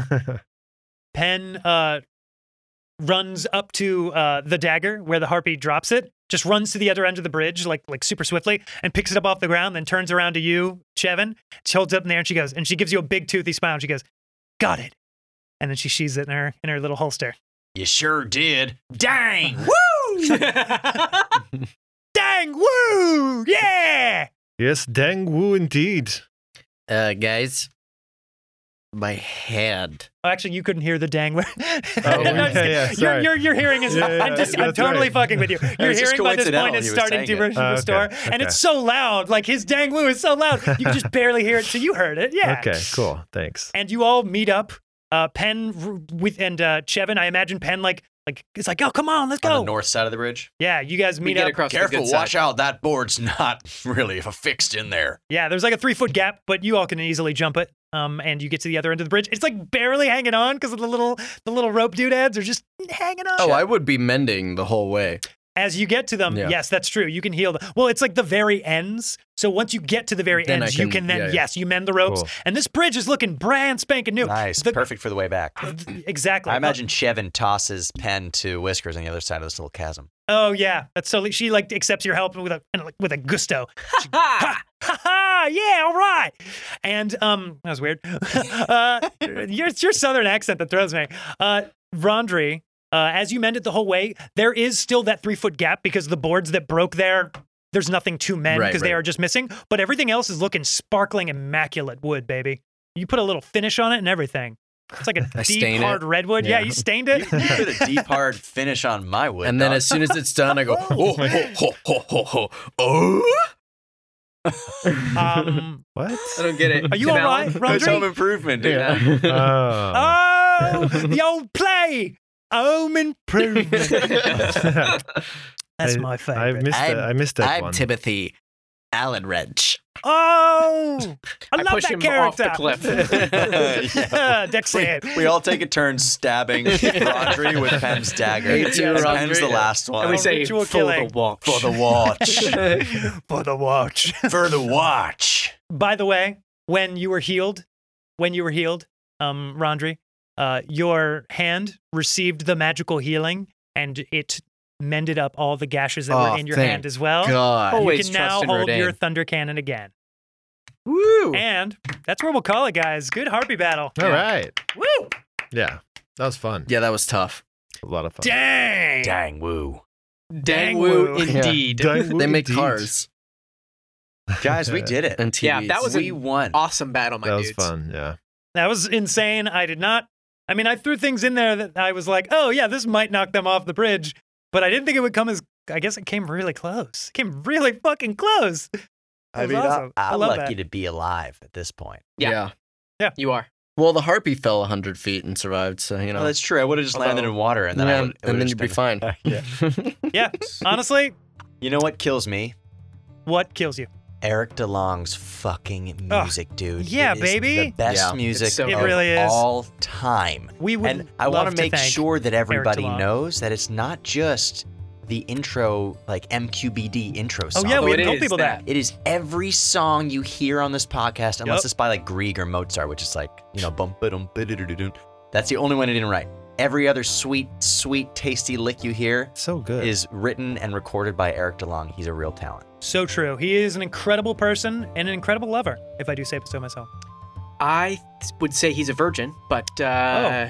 Pen uh, runs up to uh, the dagger where the harpy drops it. Just runs to the other end of the bridge, like like super swiftly, and picks it up off the ground. Then turns around to you, Chevin. She holds it up in there, and she goes, and she gives you a big toothy smile. And she goes, "Got it." And then she sheathes it in her in her little holster. You sure did. Dang. Dang! Woo! Yeah! yes, Deng Wu indeed. Uh, guys, my hand. Oh, actually, you couldn't hear the dang. word. Oh, No, I'm just yeah, kidding. yeah, you're, sorry. you're, you're hearing is. Yeah, yeah, I'm just. I'm that's totally right. fucking with you. You're was just hearing by this coincidental point it's he was starting saying to it. re- Oh, restore, okay, and okay. it's so loud. Like his dang woo is so loud, you can just barely hear it. So you heard it, yeah. Okay, cool. Thanks. And you all meet up. Uh, Penn r- with and uh, Chevin. I imagine Penn like like it's like, oh come on, let's On the go. north side of the bridge. yeah, you guys we meet get up. across the Careful, good watch side. out. That board's not really affixed in there. Yeah, there's like a three foot gap, but you all can easily jump it. Um, and you get to the other end of the bridge. It's like barely hanging on because of the little the little rope doodads are just hanging on. Oh, I would be mending the whole way. As you get to them, Yeah. yes, that's true. You can heal. The, well, it's like the very ends. So once you get to the very Then I ends, you can- can then yeah, yeah. yes, you mend the ropes. Cool. And this bridge is looking brand spanking new. Nice. The- Perfect for the way back. Exactly. I um, imagine Chevin tosses Pen to Whiskers on the other side of this little chasm. Oh yeah, that's so. She like accepts your help with a and, like, with a gusto. She- ha ha ha! Yeah, all right. And um, that was weird. uh, your it's your southern accent that throws me. Uh, Rondry, uh, as you mend it the whole way, there is still that three foot gap because the boards that broke there. There's nothing to mend Right, because they right. are just missing, but everything else is looking sparkling, immaculate wood, baby. You put a little finish on it and everything. It's like a I deep, stain it. hard redwood. Yeah. Yeah. you stained it. You did a deep, hard finish on my wood. and then dog. as soon as it's done, I go, oh, ho, ho, ho, ho, ho. Oh, Um, What? I don't get it. are you all right, That's home Rondry? improvement, dude. Yeah. Oh. Oh, the old play. Home improvement. That's I- my I favorite. missed that. I missed that I'm one. Timothy Allen Wrench. oh, I, I love push that him off character. the cliff. Dex save. We all take a turn stabbing Rodri with Pen's dagger. Me too, As Pen's Rodri. the last one. and we say Um, Ritual for killing." the walk. for the watch. For the watch. for the watch. By the way, when you were healed, when you were healed, um, Rondri, uh, your hand received the magical healing, and it mended up all the gashes that Oh, were in your thank hand as well. God. Oh, You Always can trust now in hold Rodan. your thunder cannon again, Woo! and that's where we'll call it, guys. Good harpy battle. All right. Woo! Yeah. That was fun. Yeah, that was tough. A lot of fun. Dang. Dang woo. Dang Dang woo. woo, indeed. Dang, They make indeed. cars Guys, we did it. and TVs. Yeah, that was We a won. awesome battle, my That was dudes. fun. Yeah. That was insane. I did not. I mean, I threw things in there that I was like, oh, yeah, this might knock them off the bridge, but I didn't think it would come as. I guess it came really close. It came really fucking close. That was awesome. I I'm love lucky that. to be alive at this point. Yeah. yeah. You are. Well, the harpy fell 100 feet and survived, so, you know. Oh, that's true. I would have just landed in water, and then I yeah, would, and then you'd be fine. Yeah. Honestly, You know what kills me? what kills you? Eric DeLong's fucking Ugh. music, dude. Yeah, It is baby. The best Yeah. music It's so of It really is. all time. We would and I love want to make thank sure that everybody DeLong. knows that it's not just the intro, like MQBD intro Oh song. yeah, we it had told is people that. It is every song you hear on this podcast, unless Yup. it's by like Grieg or Mozart, which is like, you know, bum ba dum ba da da da That's the only one I didn't write. Every other sweet, sweet, tasty lick you hear So good. is written and recorded by Eric DeLong. He's a real talent. So true. He is an incredible person and an incredible lover, if I do say so myself. I th- would say he's a virgin, but uh, Oh.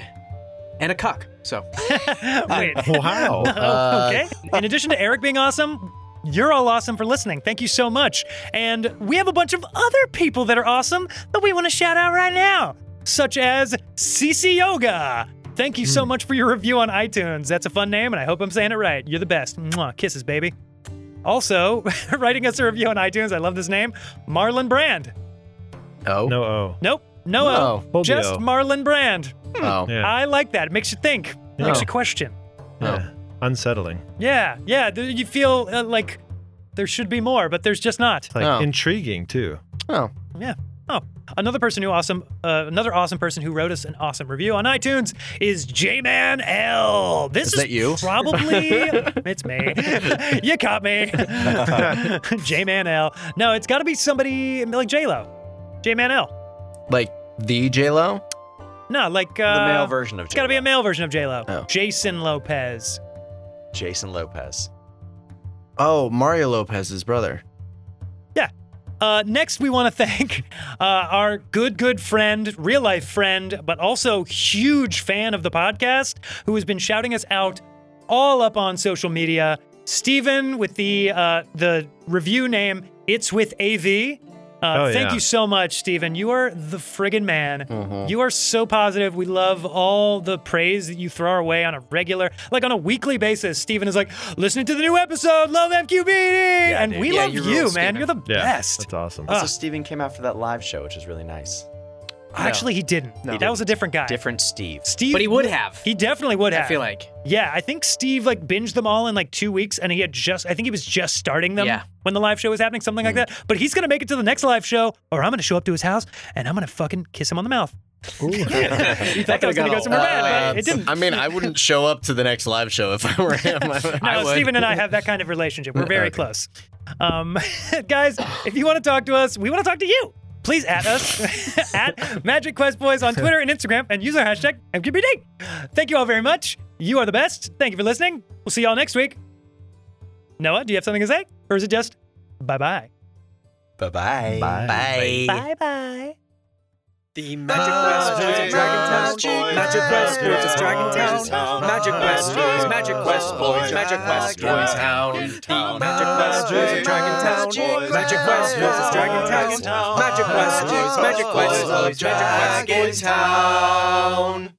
and a cuck. So Wait. wow. Oh, okay. In addition to Eric being awesome, you're all awesome for listening. Thank you so much. And we have a bunch of other people that are awesome that we want to shout out right now, such as CC Yoga. Thank you so much for your review on iTunes. That's a fun name, and I hope I'm saying it right. You're the best. Mwah. Kisses, baby. Also, writing us a review on iTunes, I love this name, Marlon Brand. Oh. No O. Nope, no, O. No. just Hold the O. Marlon Brand. Oh. Yeah. I like that. It makes you think, Yeah. makes you question. yeah. Unsettling. Yeah, yeah. th- You feel uh, like there should be more, but there's just not. It's like Oh. intriguing too. Oh. Yeah. Oh, another person who awesome, uh, another awesome person who wrote us an awesome review on iTunes is J-Man L. This is, Is that you? probably it's me. you caught me, J-Man L. No, it's got to be somebody like J Lo, J-Man L. Like the J Lo? No, like The uh, male version of It's got to be a male version of J Lo. Oh. Jason Lopez. Jason Lopez. Oh, Mario Lopez's brother. Uh, next, we want to thank uh, our good, good friend, real life friend, but also huge fan of the podcast, who has been shouting us out all up on social media. Steven with the uh, the review name, it's with AV. Uh, Oh, thank yeah. Mm-hmm. you so much, Steven. You are the friggin' man. You are so positive. We love all the praise that you throw our way on a regular, like on a weekly basis. Steven is like, listening to the new episode, love FQBD. E and dude. we Yeah, love you, you rule, man. Steven. You're the Yeah. best. That's awesome. Ah. So Steven came out for that live show, which is really nice. Actually, he didn't. that was a different guy. Different Steve. Steve, But he would have. He definitely would have. I feel like Yeah, I think Steve like binged them all in like two weeks, and he had just. I think he was just starting them Yeah. Mm-hmm. when the live show was happening, something like that. But he's gonna make it to the next live show, or I'm gonna show up to his house and I'm gonna fucking kiss him on the mouth. you thought that was could've gonna go gone somewhere a bad, Uh, but it didn't. I mean, I wouldn't show up to the next live show if I were him. I, No, I would. Steven and I have that kind of relationship. We're very close. Um, guys, if you want to talk to us, we want to talk to you. Please at us at Magic Quest Boys on Twitter and Instagram and use our hashtag MQBD. Thank you all very much. You are the best. Thank you for listening. We'll see y'all next week. Noah, do you have something to say? Or is it just bye bye? Bye-bye. Bye. Bye. Bye bye. the Magic Quest Boys of Dragon Town. Ah, Magic Quest Boys of Dragon Town. Magic Quest Boys. Magic Quest Boys. Magic Quest Boys Town. The Magic Quest Boys of Dragon Town. Magic Quest Boys of Dragon Town. Magic Quest Boys. Magic Quest Boys. Magic Quest Boys Town.